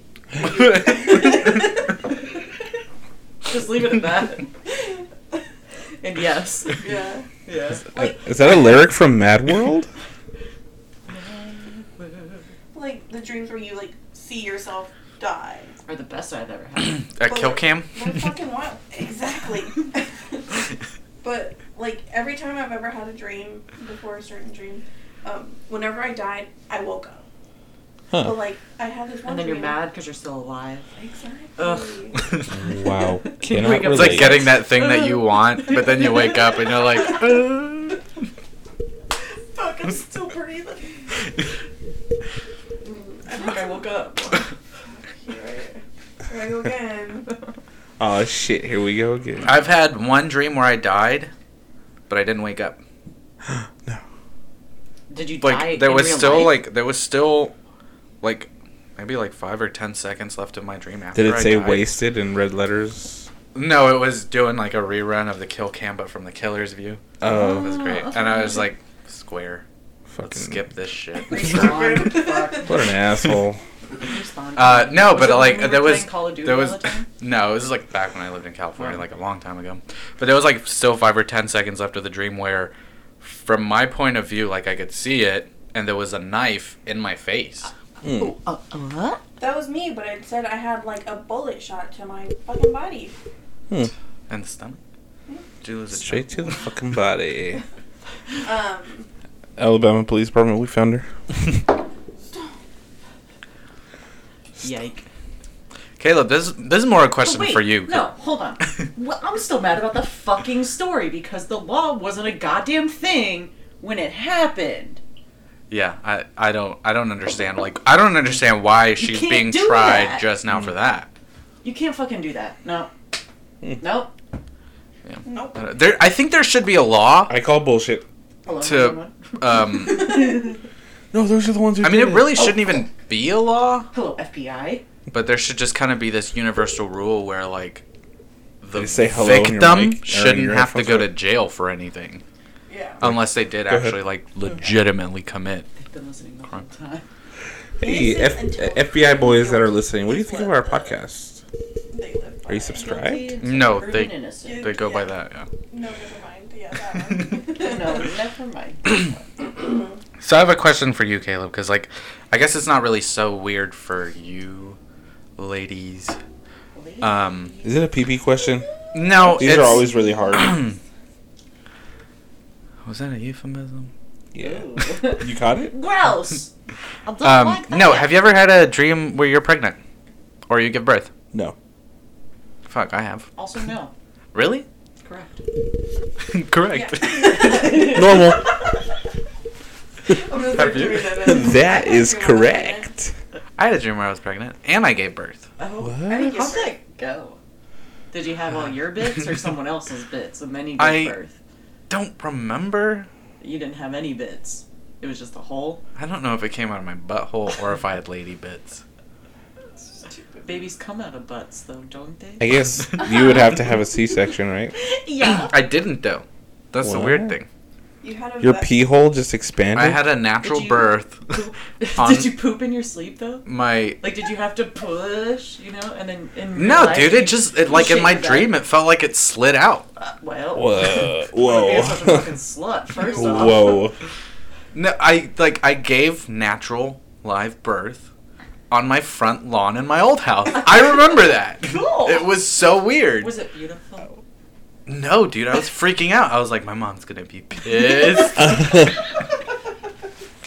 D: just leave it at that and yes
B: yeah.
D: yeah
A: Uh, Is that a lyric from Mad World?
B: Like the dreams where you like see yourself die.
D: are the best i've ever had
C: A kill cam.
B: They're fucking wild. Exactly. but like every time I've ever had a dream before a certain dream, um, whenever I died, I woke up. But
A: Huh.
B: Oh, like I had this one.
D: and then you're
B: dream-
D: mad because you're still alive
B: Exactly.
D: Ugh.
A: Wow. Cannot
D: wake up-
A: relate.
C: It's like getting that thing that you want, but then you wake up and you're like. Uh.
B: Fuck! I'm still breathing.
D: i think i woke up
B: Here I, here I go again.
A: Oh shit! Here we go again.
C: I've had one dream where I died, but I didn't wake up.
A: no.
D: did you
C: like
D: die
C: there
D: in
C: was
D: real
C: still
D: life?
C: like there was still like maybe like five or ten seconds left of my dream after
A: Did it
C: I
A: say
C: died.
A: wasted in red letters?
C: no it was doing like a rerun of the kill cam but from the killer's view
A: Oh,
C: it was great
D: that's
C: and i
D: amazing.
C: was like square
A: fucking.
C: let's skip this shit
D: Respond. Fuck.
A: What an asshole.
D: Respond.
C: uh no
D: Was
C: but
D: it when
C: like
D: we were
C: there was
D: playing Call of Duty
C: there
D: all
C: was
D: the time?
C: no it was like back when i lived in california
D: Oh.
C: like a long time ago but there was like still five or ten seconds left of the dream where from my point of view like i could see it and there was a knife in my face
A: Hmm.
D: Oh, uh, uh, what?
B: That was me, but it said I had like a bullet shot to my fucking body.
A: Hmm.
C: and the stomach
D: Hmm.
C: Did you lose a
A: Straight
C: job?
A: to the fucking body.
B: Um,
A: Alabama Police Department. We found her.
D: Yike.
C: Caleb, this this is more a question
D: But Oh, wait,
C: for you.
D: No, hold on. well, I'm still mad about the fucking story because the law wasn't a goddamn thing when it happened.
C: Yeah, I, I don't I don't understand. Like I don't understand why she's
D: can't
C: being
D: do
C: tried
D: that.
C: just now for that.
D: You can't fucking do that. No.
C: Hmm.
D: Nope.
B: Nope.
C: There, I think there should be a law.
A: I call bullshit.
D: Hello,
C: To-
D: everyone.
C: Um,
A: No, those are the ones who.
C: I mean,
A: did
C: it really shouldn't even be a law,
D: Hello, FBI.
C: but there should just kind of be this universal rule where like the
A: They say hello in your mic or
C: victim
A: in
C: shouldn't
A: your
C: have to
A: headphones,
C: go to
A: right?
C: jail for anything
B: Yeah.
A: Oh.
C: unless they did
A: Go ahead.
C: actually like legitimately commit.
D: I've been listening the whole time.
A: Hey, F- FBI boys that are listening, what do you think of our podcast?
B: They live.
A: Are you
B: by-
A: subscribed?
C: No,
D: Proven
C: they-
D: innocent.
C: They go by that. Yeah.
B: No, never mind. Yeah, that one.
D: no, never mind.
C: So I have a question for you, Caleb, because like, I guess it's not really so weird for you, ladies. Um,
A: Is it a PP question?
C: no,
A: These
C: it's,
A: are always really hard.
C: was that a euphemism?
A: yeah.
D: Ooh.
A: You caught it?
D: Gross. I don't
C: Um,
D: like that.
C: no. Have you ever had a dream where you're pregnant, or you give birth?
A: No.
C: Fuck, I have.
D: Also, no.
C: Really?
D: Correct.
C: Correct.
A: Normal.
B: I'm just
C: Have
B: like
C: you?
B: doing that as-
A: that is correct.
C: I had a dream where I was pregnant, and I gave birth.
D: Oh,
A: What?
D: How'd that go? Did you have all your bits or someone else's bits? And then you gave
C: I-
D: birth.
C: Don't remember.
D: You didn't have any bits. It was just a hole.
C: I don't know if it came out of my butthole or if I had lady bits.
D: Babies come out of butts, though, don't they?
A: I guess you would have to have a C section, right?
D: Yeah.
C: I didn't though. That's the weird
A: What?
C: thing.
B: You had a
A: Your
B: vet-
A: pee hole just expanded?
C: I had a natural
D: you
C: birth.
D: Poop.
C: On-
D: did you poop in your sleep though?
C: my
D: Like, did you have to push? You know, and then in real
C: No,
D: life
C: dude,
D: you
C: it just it, like in
D: shit
C: my
D: your bed?
C: dream, it felt like it slid out.
D: Uh, well,
A: Whoa.
D: You're such a fucking
A: Whoa.
D: slut. First off.
A: Whoa.
C: No, I like I gave natural live birth on my front lawn in my old house. I remember that.
D: Cool.
C: It was so weird.
D: Was it beautiful?
C: no, dude, I was freaking out. I was like, my mom's gonna be pissed.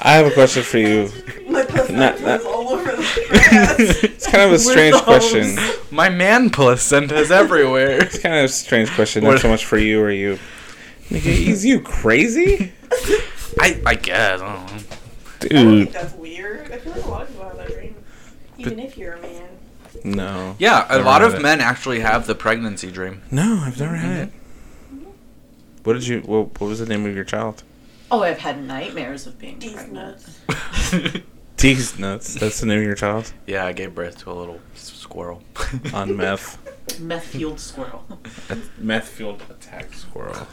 A: I have a question for you.
B: My placenta
A: not-
B: is all over the grass.
A: It's kind of a strange
D: the
A: question.
D: hose?
C: my man placenta is everywhere.
A: It's kind of a strange question. Not
C: What-
A: so much for you or you. Nigga, is you crazy?
C: I I guess. I don't know.
B: I don't think
A: Dude.
B: that's weird. I feel like a lot of people have that dream. Even if you're a man.
A: No.
C: Yeah, a
A: Never
C: lot
A: had
C: of
A: it.
C: men actually have the pregnancy dream.
A: No, I've never had it. What did you. What, what was the name of your child?
D: Oh, I've had nightmares of being
B: These
D: pregnant.
B: nuts.
A: These nuts. That's the name of your child?
C: yeah, I gave birth to a little s- squirrel.
A: On meth.
D: Meth fueled squirrel.
A: Meth fueled attack squirrel.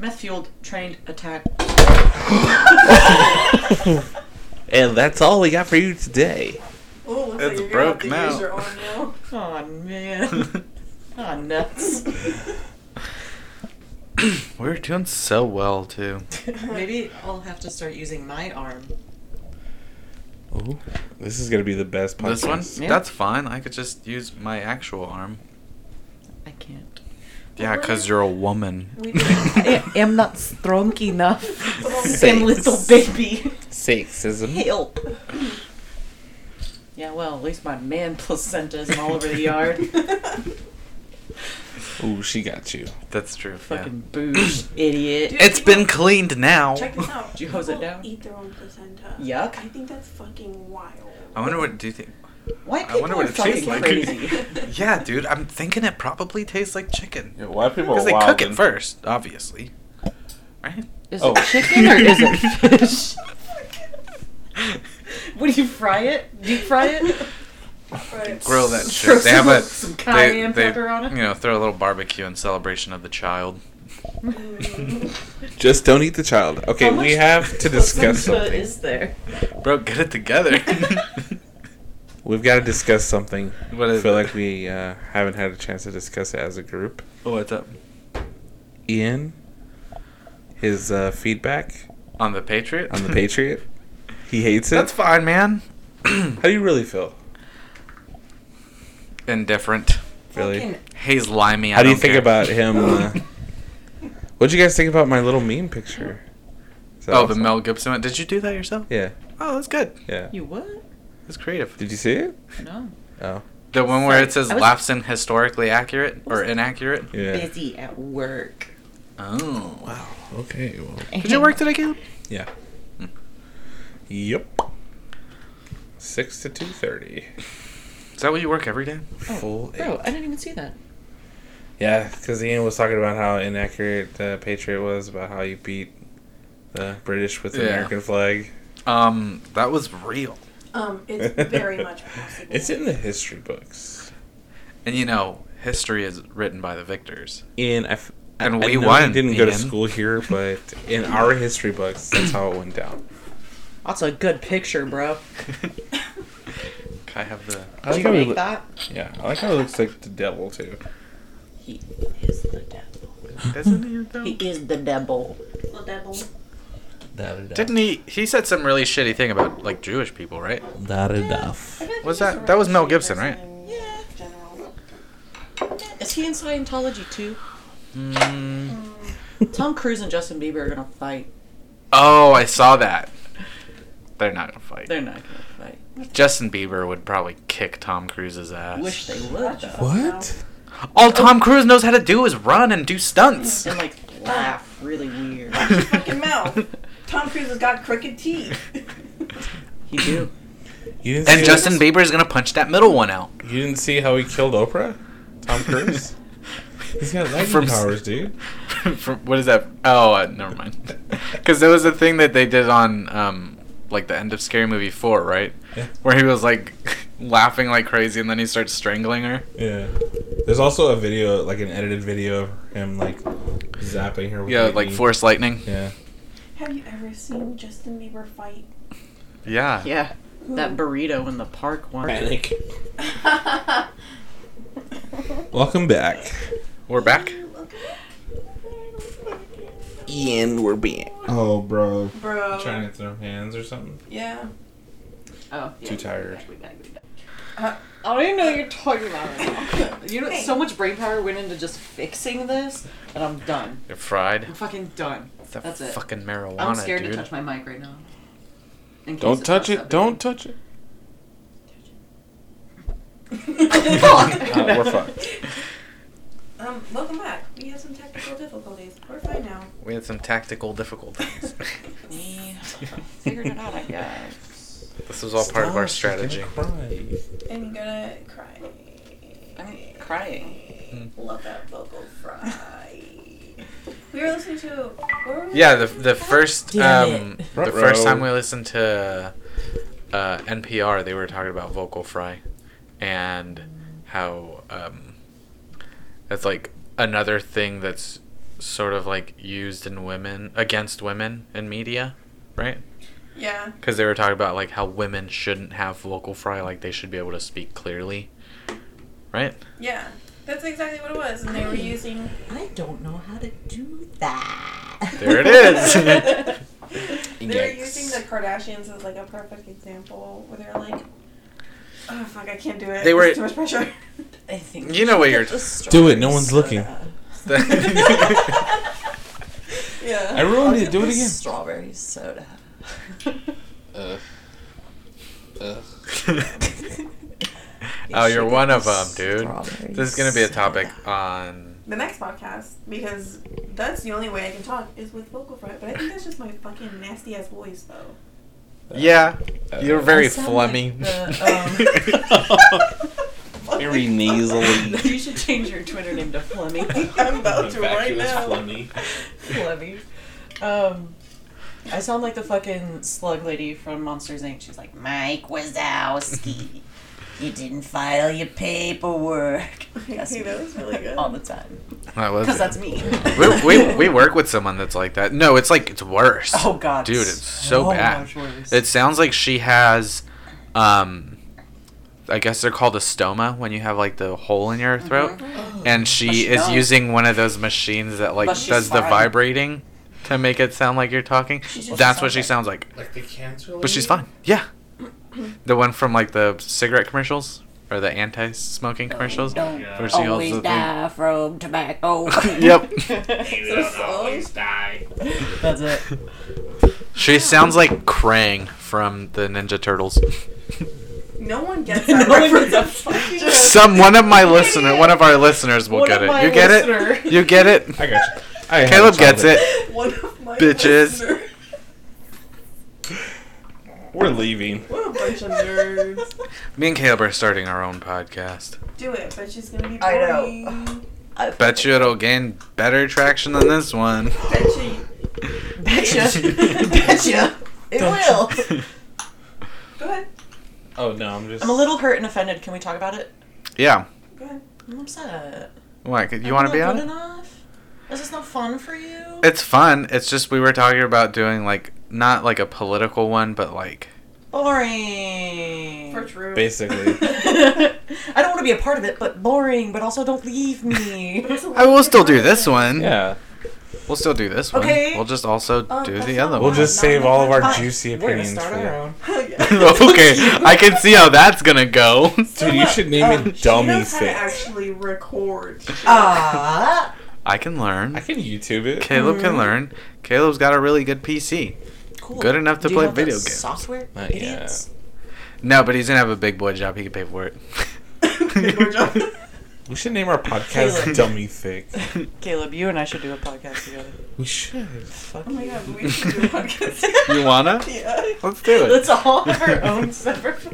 D: Meth fueled trained attack.
A: And that's all we got for you today.
B: Oh, looks
C: It's
B: like you're gonna have
C: broke
B: to
C: now.
B: use your arm now.
D: Oh man. Oh nuts.
C: We were doing so well too.
D: Maybe I'll have to start using my arm.
A: Ooh. This is gonna be the best podcast.
C: This one,
D: Yeah.
C: that's fine. I could just use my actual arm.
D: I can't.
C: Yeah, because you're a woman.
B: We did.
D: I am not strong enough.
A: Six.
D: Same little baby.
A: Sexism.
C: oh.
D: Help. Yeah, well, at least my man placenta isn't all over the yard.
A: Ooh, she got you.
C: That's true.
D: Fucking boosh, idiot.
B: Dude,
C: It's been cleaned now.
B: Check this out.
D: Do you hose it
B: People
D: down?
B: Eat their own placenta.
D: Yuck.
B: I think that's fucking wild.
C: I wonder what do you think?
D: Why
C: I
D: people
C: wonder
D: are
C: what it
D: fucking
C: tastes like.
D: crazy?
C: Yeah, dude. I'm thinking it probably tastes like chicken
A: Yeah, why people
C: because they cook it first, obviously. Right?
D: Is
A: Oh.
D: it chicken or is it fish? What do you fry it? Deep fry it?
B: Right.
C: Grill that
D: Throw
C: shit. They have a
D: some- some
C: they,
D: cayenne
C: they,
D: pepper on it.
C: you know throw a little barbecue in celebration of the child.
A: Just don't eat the child. Okay,
D: How
A: we
D: much
A: have to discuss
D: placenta
A: something.
D: Is there?
C: Bro, get it together.
A: We've got to discuss something.
C: What
A: I
C: is
A: feel
C: it?
A: like we uh, haven't had a chance to discuss it as a group.
C: What's up
A: Ian, his uh, feedback
C: on the Patriot?
A: on the Patriot, he hates it.
C: That's fine, man.
A: How do you really feel?
C: Indifferent.
A: Really?
D: Fucking-
C: He's limey. I
A: How do you
C: don't
A: think
C: care.
A: about him? Uh, what'd you guys think about my little meme picture? Is that
C: Oh, the
A: awesome?
C: Mel Gibson one. Did you do that yourself?
A: Yeah,
C: Oh, that's good.
A: yeah.
D: You what?
C: That's creative.
A: Did you see it?
D: No.
A: Oh,
C: The one where it
D: Sorry,
C: says
D: I was-
C: laughs in historically accurate or
D: was-
C: inaccurate.
A: Yeah.
D: Busy at work.
C: Oh.
A: Wow. Okay. Well.
C: Did you work today, Caleb?
A: Yeah. Yep. Six to two thirty.
C: Is that what you work every day?
A: Full
D: Oh, Bro, I
A: eight.
D: didn't even see that.
A: Yeah, because Ian was talking about how inaccurate the Patriot was about how you beat the British with the
C: Yeah.
A: American flag.
C: Um, that was real.
B: Um, it's very much possible.
A: It's in the history books.
C: And you know, history is written by the victors.
A: Ian, I f- I-
C: And
A: I
C: we
A: know
C: won,
A: you didn't go to
C: Ian.
A: school here, but in our history books, that's how it went down.
D: That's a good picture, bro.
C: I have the.
A: I like
D: Did
A: how
D: you
A: he
D: make
A: loo-
D: that?
A: yeah, I like how he looks like the devil too.
D: He is the devil.
C: Isn't he though?
D: He is the devil.
B: the devil.
C: Didn't he? He said some really shitty thing about like Jewish people, right?
B: I feel like he's just
C: Was that-
B: a
C: that was Mel
B: really shitty
C: Gibson,
B: person
C: right?
B: in
D: Yeah.
B: General.
D: Is he in Scientology too?
C: Mm.
D: Tom Cruise and Justin Bieber are gonna fight.
C: Oh, I saw that. They're not gonna fight.
D: They're not gonna fight.
C: Justin Bieber would probably kick Tom Cruise's ass.
D: Wish they would
B: Gotcha.
D: though.
B: Oh,
A: What?
C: All Tom Cruise knows how to do is run and do stunts.
D: And like laugh really
B: Your
D: weird.
B: fucking mouth. Tom Cruise has got crooked teeth.
D: He do.
A: You didn't
C: And
A: see-
C: Justin Bieber's gonna punch that middle one out.
A: You didn't see how he killed Oprah? Tom Cruise? He's got lightning
C: From s-
A: powers, dude.
C: From, what is that? Oh, uh, never mind. Because there was a thing that they did on, um, like the end of Scary Movie Four, right?
A: Yeah.
C: Where he was like laughing like crazy, and then he starts strangling her.
A: Yeah. There's also a video, like an edited video of him, like, zapping her with
C: Yeah, like
A: lightning.
C: force lightning.
A: Yeah.
B: Have you ever seen Justin Bieber fight?
C: Yeah.
D: Yeah. That burrito in the park one.
A: Panic. Welcome back.
C: We're back.
A: Ian, we're back. Oh, bro.
B: Bro.
A: Trying to throw hands or something?
B: Yeah.
D: Oh,
A: Too tired.
D: Uh, I don't even know what you're talking about right now. You know,
B: Hey.
D: so much brain power went into just fixing this, and I'm done.
C: You're fried.
D: I'm fucking done.
C: That
D: That's it.
C: fucking marijuana,
D: I'm scared
C: dude.
D: to touch my mic right now. In case
A: Don't
D: it
A: touch
D: pops
A: it.
D: up
A: Don't touch it.
D: Fuck.
A: Uh, we're fucked.
B: Um, welcome back. We had some technical difficulties. We're fine now.
C: we had some tactical difficulties.
D: again. Figured it out, I guess.
C: this was all part of our
A: Stop, she's
C: strategy.
A: gonna cry.
B: I'm gonna cry.
D: I'm crying.
B: Love that vocal fry. We were listening to. What were we
C: Yeah, the
B: listening
C: the
B: to?
C: first
D: Damn
C: um,
D: it.
C: the
A: Ruh-roh.
C: first time we listened to uh, NPR, they were talking about vocal fry, and how um, that's like another thing that's sort of like used in women against women in media, right?
B: Yeah.
C: Because they were talking about like how women shouldn't have vocal fry, like they should be able to speak clearly, right?
B: Yeah. That's exactly what it was. And they were using.
D: I don't know how to do that.
C: There it is.
B: They're using the Kardashians as like a perfect example where they're like, oh fuck, I can't do it.
C: They were-
B: There's too much pressure.
D: I think
C: You know what you're-
A: Do it, no one's looking.
D: Yeah.
A: I ruined it. Do it again.
D: Strawberry soda.
C: Uh, oh, you're one of them, dude. This is gonna be a topic on.
B: the next podcast, because that's the only way I can talk is with vocal fry. But I think that's just my fucking nasty ass voice though.
C: Yeah, you're very
D: uh, I sound like
B: Um.
C: flummy.
D: the, um,
A: Very nasally.
D: you should change your Twitter name to Flemmy.
B: I'm about to right now.
D: Flemmy. Um, I sound like the fucking slug lady from Monsters Inc. She's like, Mike Wazowski. You didn't file your paperwork. That's
B: Okay,
D: me
B: that was really good.
D: all the time.
C: That was-
D: Because that's me.
C: we, we, we work with someone that's like that. No, it's like it's worse.
D: Oh, God. Oh,
C: Dude, it's so bad.
D: much worse.
C: It sounds like she has, um, I guess they're called a stoma when you have like the hole in your throat, and she
D: Mm-hmm. Oh. she
C: is
D: don't.
C: using one of those machines that like
D: But she's
C: does the
D: fine.
C: vibrating to make it sound like you're talking.
D: just
C: That's what
D: sounds
C: she
D: like-
C: sounds like.
A: Like the cancer.
C: But she's fine. Yeah. The one from like the cigarette commercials or the anti-smoking commercials.
D: don't
C: where she holds the thing.
D: from tobacco.
C: Yep.
D: That's it.
C: She sounds like Krang from the Ninja Turtles.
B: No one gets
D: No
B: that
D: one
B: reference.
D: gets that.
B: Fuck you.
D: Just-
C: Some one of my listener, one of our listeners will
D: One
C: get
D: of
C: it.
D: my
C: You get
D: listener.
C: it. You get it.
A: I got you. I had
C: Caleb
A: a
C: gets
A: childhood.
C: it.
B: One of my
C: Bitches.
B: listeners.
A: We're leaving.
B: What a bunch of nerds.
C: Me and Caleb are starting our own podcast.
B: Do it, but she's gonna be
D: I know.
B: boring. I know.
C: Bet you it'll gain better traction than this one.
B: Bet you.
D: Betcha. Betcha. It will.
B: Go ahead.
A: Oh no, I'm just.
D: I'm a little hurt and offended. Can we talk about it?
C: yeah.
B: Go ahead.
D: I'm upset.
C: Why? could- You
D: Am I
C: want
D: not
C: to be on
D: good
C: it?
D: Enough? Is this not fun for you?
C: It's fun. It's just we were talking about doing like not like a political one, but like
D: boring.
B: For true.
A: Basically,
D: I don't want to be a part of it, but boring. But also, don't leave me.
C: I will still do this one.
A: yeah.
C: We'll still do this one.
D: Okay.
C: We'll just also
B: Um,
C: do
B: that's
C: the
B: not
C: other
B: bad.
A: We'll
C: one.
A: just
B: not
A: save all of
B: another
A: our
B: time.
A: juicy
D: We're gonna
A: opinions
D: start
A: for
D: our
A: you.
D: own.
C: okay. I can see how that's gonna go.
A: Dude, you should name
D: Um,
A: it
B: She
A: Dummy
B: knows how to
A: Fit.
B: actually record.
D: Ah.
C: I can learn.
A: I can YouTube it.
C: Caleb
D: Mm-hmm.
C: can learn. Caleb's got a really good PC.
D: Cool.
C: Good enough to
D: Do you
C: play
D: have that
C: video games.
D: Software.
A: Not yet.
D: Idiots.
C: No, but he's gonna have a big boy job. He can pay for it.
B: Big boy job.
A: We should name our podcast
D: Caleb.
A: Dummy Thick.
D: Caleb, you and I should do a podcast together.
A: We should.
D: Fuck
B: Oh my
D: you.
B: god, we should do a podcast.
C: You wanna?
B: yeah.
C: Let's do it.
D: Let's all have our own separate.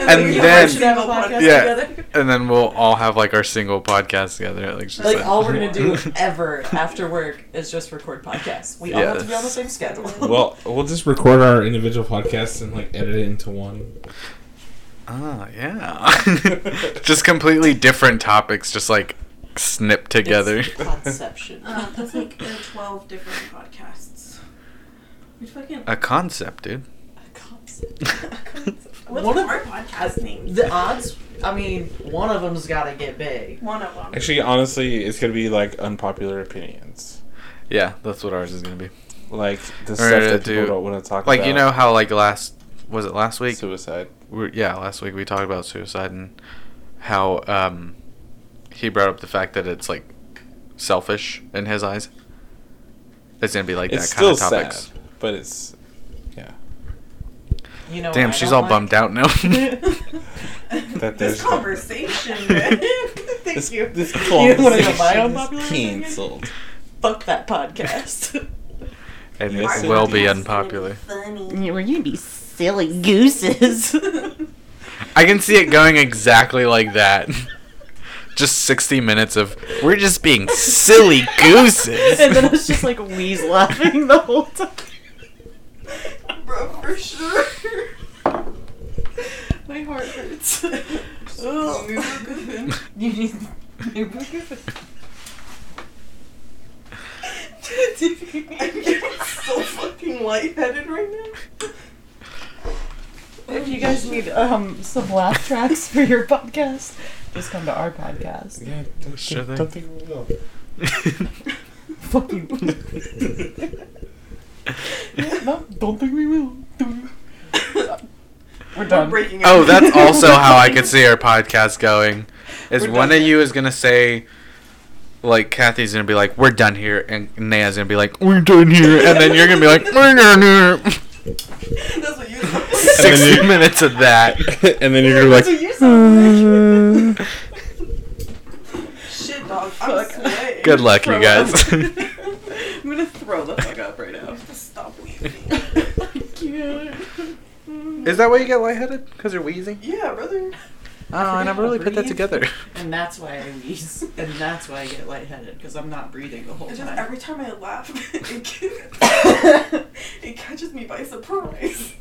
C: And
B: we
C: then-
B: should have a podcast
C: Yeah.
B: together.
C: And then we'll all have like our single podcast together. Like, just
D: Like all we're gonna do ever after work is just record podcasts. We all have to be on the same schedule.
A: Well, we'll just record our individual podcasts and like edit it into one.
C: Oh, yeah. just completely different topics, just like snipped together.
D: It's conception.
B: Uh, that's like uh, 12 different podcasts. We fucking.
C: A concept, dude.
D: Concept.
B: What's
D: One of-
B: our podcast name?
D: The odds. I mean, one of them's got to get big.
B: One of them.
A: Actually, honestly, it's gonna be like unpopular opinions,
C: yeah, that's what ours is gonna be.
A: like the
C: We're
A: stuff
C: gonna
A: that people
C: do-
A: do, not want to talk
C: Like
A: about.
C: you know how like last was it last week?
A: suicide.
C: we yeah, last week we talked about suicide and how um he brought up the fact that it's like selfish in his eyes. It's gonna be like
A: it's
C: that kind
A: still
C: of topics.
A: sad, but it's yeah.
D: You know.
C: Damn,
D: what I
C: she's
D: don't
C: all
D: like?
C: bummed out now.
A: That
B: this
A: there's-
B: conversation, man. Thank
A: This,
B: you.
A: this
D: You wanna know my
A: conversation
D: unpopular
A: is
D: opinion?
A: canceled.
D: Fuck that podcast.
C: and
A: Yes,
C: it
A: it
C: will
A: is.
C: be unpopular.
B: Funny.
E: We're gonna be silly gooses.
C: I can see it going exactly like that. Just 60 minutes of we're just being silly gooses.
E: and then it's just like wheeze laughing the whole time.
B: Bro, for sure.
D: My heart hurts.
B: Ugh. New book of him.
D: You need new book
B: I'm getting so fucking lightheaded right now.
D: If you guys need um some laugh tracks for your podcast, just come to our podcast.
A: Yeah, don't,
C: Sure
A: think, don't think we will.
D: Fuck you. no, don't think we will. We're
B: I'm
D: done.
B: breaking
C: oh,
B: up.
C: that's also how I could see our podcast going. Is
D: We're
C: one
D: done.
C: of you is going to say, like, Kathy's going to be like, we're done here. And Naya's going to be like, we're done here. And then you're going to be like, we're done here.
B: That's what you thought.
C: 60
A: you-
C: minutes of that.
A: and then you're gonna
B: So
A: be like,
B: you sound like shit, dog. I'm sweating.
C: Good luck, you
D: Throw
C: guys.
D: up. I'm gonna throw the fuck up right now.
B: Stop weeping.
C: is that why you get lightheaded? Because you're wheezing?
B: Yeah, brother.
C: Oh, I never really put that
D: Breathe.
C: together.
D: And that's why I wheeze. And that's why I get lightheaded because I'm not breathing the whole
B: It's just
D: time.
B: every time I laugh, it, it catches me by surprise.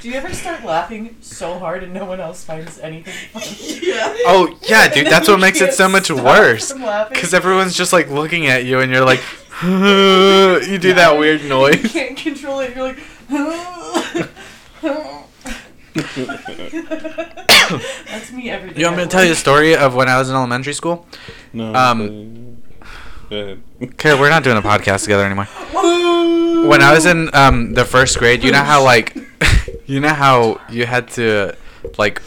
D: Do you ever start laughing so hard and no one else finds anything funny?
B: Yeah.
C: Oh, yeah, dude,
D: And
C: that's
D: then
C: what
D: you
C: makes it
D: can't
C: so much
D: stop
C: worse.
D: from laughing.
C: Because everyone's just like looking at you and you're like, you do that weird
D: You
C: noise.
D: can't control it. You're like, that's me every day.
C: You want me
D: at
C: to tell you a
D: work.
C: story of when I was in elementary school?
A: no.
C: Um,
A: go ahead.
C: Okay, we're not doing a podcast together anymore. When I was in um, the first grade, you know how like, you know how you had to like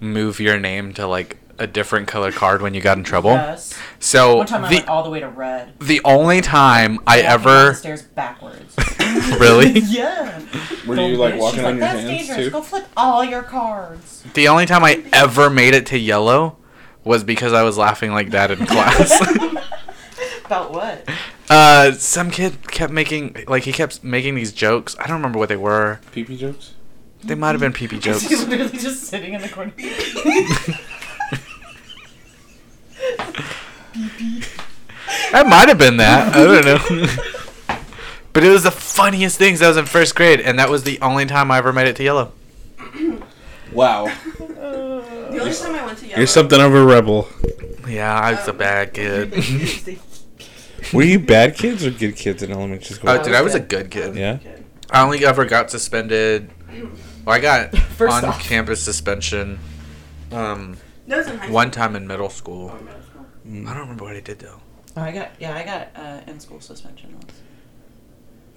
C: move your name to like a different color card when you got in trouble.
D: Yes.
C: So
D: One time I oh. went
C: the
D: all the way to red.
C: the only time
D: Walking down
C: I
D: the
C: ever
D: stairs backwards.
C: really
D: yeah.
A: Were
D: Go
A: you like
D: bitch.
A: walking
D: She's
A: on your
D: like, That's
A: hands
D: dangerous.
A: too?
D: Go flip all your cards.
C: the only time I ever made it to yellow was because I was laughing like that in class.
D: About what?
C: uh, some kid kept making like he kept making these jokes. I don't remember what they were.
A: Pee pee jokes?
C: They might have been pee pee jokes.
D: She's literally just sitting in the corner.
C: That might have been that. I don't know. but it was the funniest things. I was in first grade, and that was the only time I ever made it to yellow.
A: Wow.
B: The only time I went to yellow.
A: You're something of a rebel.
C: Yeah, I
D: Oh.
C: was a bad kid.
A: Were you bad kids or good kids in elementary school?
C: oh, dude, I was a good kid.
A: yeah.
C: I only ever got suspended. Well, I got
D: First
C: on
D: off.
C: campus suspension um,
B: That was in high school.
C: one time in middle school.
B: Oh, middle school.
A: Mm.
C: I don't remember what I did though.
D: Oh, I got yeah, I got uh, in school suspension once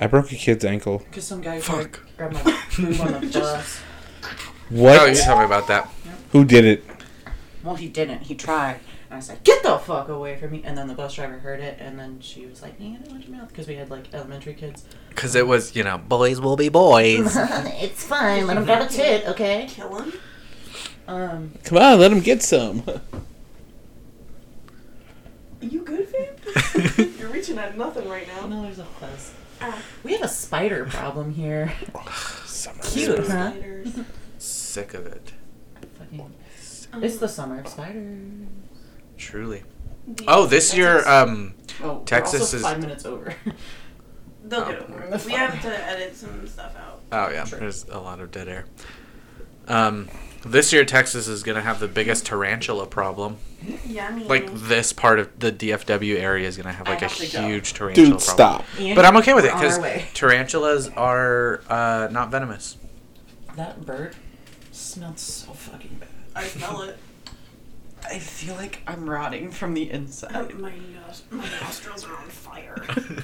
A: I broke a kid's ankle.
C: Oh,
D: because some guy
C: Fuck.
D: grabbed my boob on the bus.
A: What?
C: Oh, you tell me about that.
A: Who did it?
D: Well, he didn't. He tried. And I said, "Get the fuck away from me!" And then the bus driver heard it, and then she was like, "You gotta watch your mouth," because we had like elementary kids.
C: Because it was, you know, boys will be boys.
F: it's fine. Let him grab a tit, okay?
B: Kill him?
D: Um,
A: Come on, let him get some.
B: You good, fam? You're reaching at nothing right now.
D: no, there's a fuss.
B: Ah.
D: We have a spider problem here.
A: Summer.
D: Cute, huh?
B: Spiders.
C: Sick of it.
D: Fucking. It's the summer of spiders.
C: Truly.
B: The-
C: Oh, this year, um,
D: Oh,
C: Texas
D: we're also
C: is-
D: five minutes over.
B: They'll get
C: Oh.
B: over it. We have to edit some stuff out.
C: Oh yeah,
D: Sure.
C: there's a lot of dead air. Um, this year Texas is gonna have the biggest
D: Mm.
C: tarantula problem.
B: Yummy.
C: Like this part of the DFW area is gonna have
D: I
C: like a
D: have to go.
C: huge tarantula
A: Dude,
C: problem.
A: stop.
C: But I'm okay with it
D: We're on
C: because
D: our way.
C: tarantulas are uh, not venomous.
D: That bird smells so fucking bad.
B: I smell it.
D: I feel like I'm rotting from the
B: Oh,
D: inside.
B: my, nos- my nostrils are on fire. Um,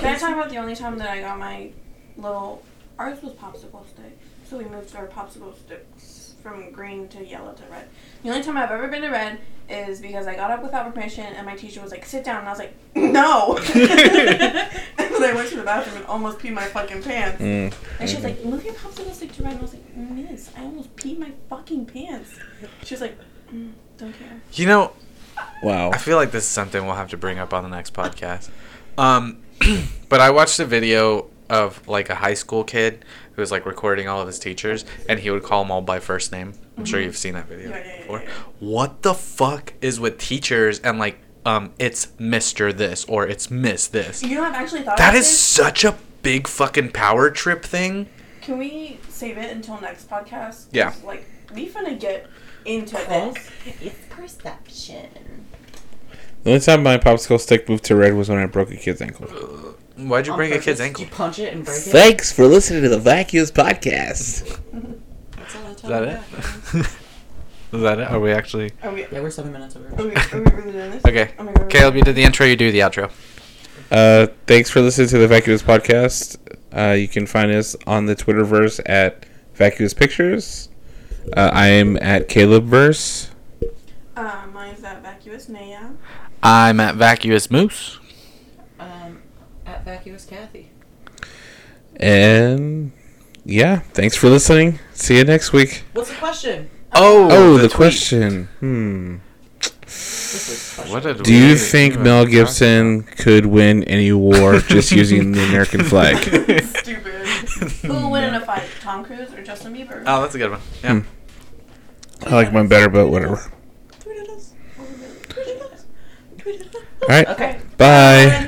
B: can I talk about the only time that I got my little. Ours was popsicle stick, so we moved our popsicle sticks from green to yellow to red. The only time I've ever been to red is because I got up without permission and my teacher was like, sit down. And I was like, no. and then I went to the bathroom and almost peed my fucking pants.
A: Mm.
B: And she was like, move your popsicle stick to red. And I was like, miss, I almost peed my fucking pants. She was like, mm, don't care.
C: You know,
A: Wow.
C: I feel like this is something we'll have to bring up on the next podcast. Um, but I watched a video of like a high school kid who was like recording all of his teachers, and he would call them all by first name. I'm sure you've seen that video
B: Yeah, yeah, yeah,
C: before.
B: yeah.
C: What the fuck is with teachers and like, um, it's Mister this or it's Miss this?
B: You know, I've actually thought
C: That
B: about
C: is
B: this.
C: such a big fucking power trip thing.
B: Can we save it until next podcast? 'Cause,
C: Yeah.
B: Like, we finna get into
F: Cool.
B: this.
F: It's perception.
A: The only time my popsicle stick moved to red was when I broke a kid's ankle.
C: Why'd you
D: On
C: break a
D: purpose?
C: kid's ankle?
D: You punch it and break it.
A: Thanks for listening to the Vacuous Podcast.
D: That's all the
C: Is
D: time.
C: that it? Is that it? Are we actually
B: Are we,
D: Yeah, we're seven minutes over.
B: are we, are we really doing this?
C: okay?
B: Oh my God, we're
C: Caleb, you did the intro. You do the outro.
A: Uh, thanks for listening to the Vacuous Podcast. Uh, you can find us on the Twitterverse at Vacuous Pictures. Uh, I am at Calebverse.
B: Uh, mine's that vacuous Naya.
C: I'm at Vacuous Moose.
D: Um, at vacuous Kathy.
A: And yeah, thanks for listening. See you next week.
D: What's the question?
C: Oh,
A: Oh, the,
C: tweet.
A: question. Hmm.
D: This is question.
C: What did
A: Do
C: we
A: you
C: even
A: think
C: talk
A: Mel
C: about?
A: Gibson could win any war just using the American flag?
B: Stupid. Who would win in a fight? Tom Cruise or Justin Bieber?
C: Oh, that's a good one. Yeah.
A: Hmm. I like mine better, but whatever.
B: Tweet at us. Tweet at us. Tweet at us.
A: All right.
D: Okay.
A: Bye.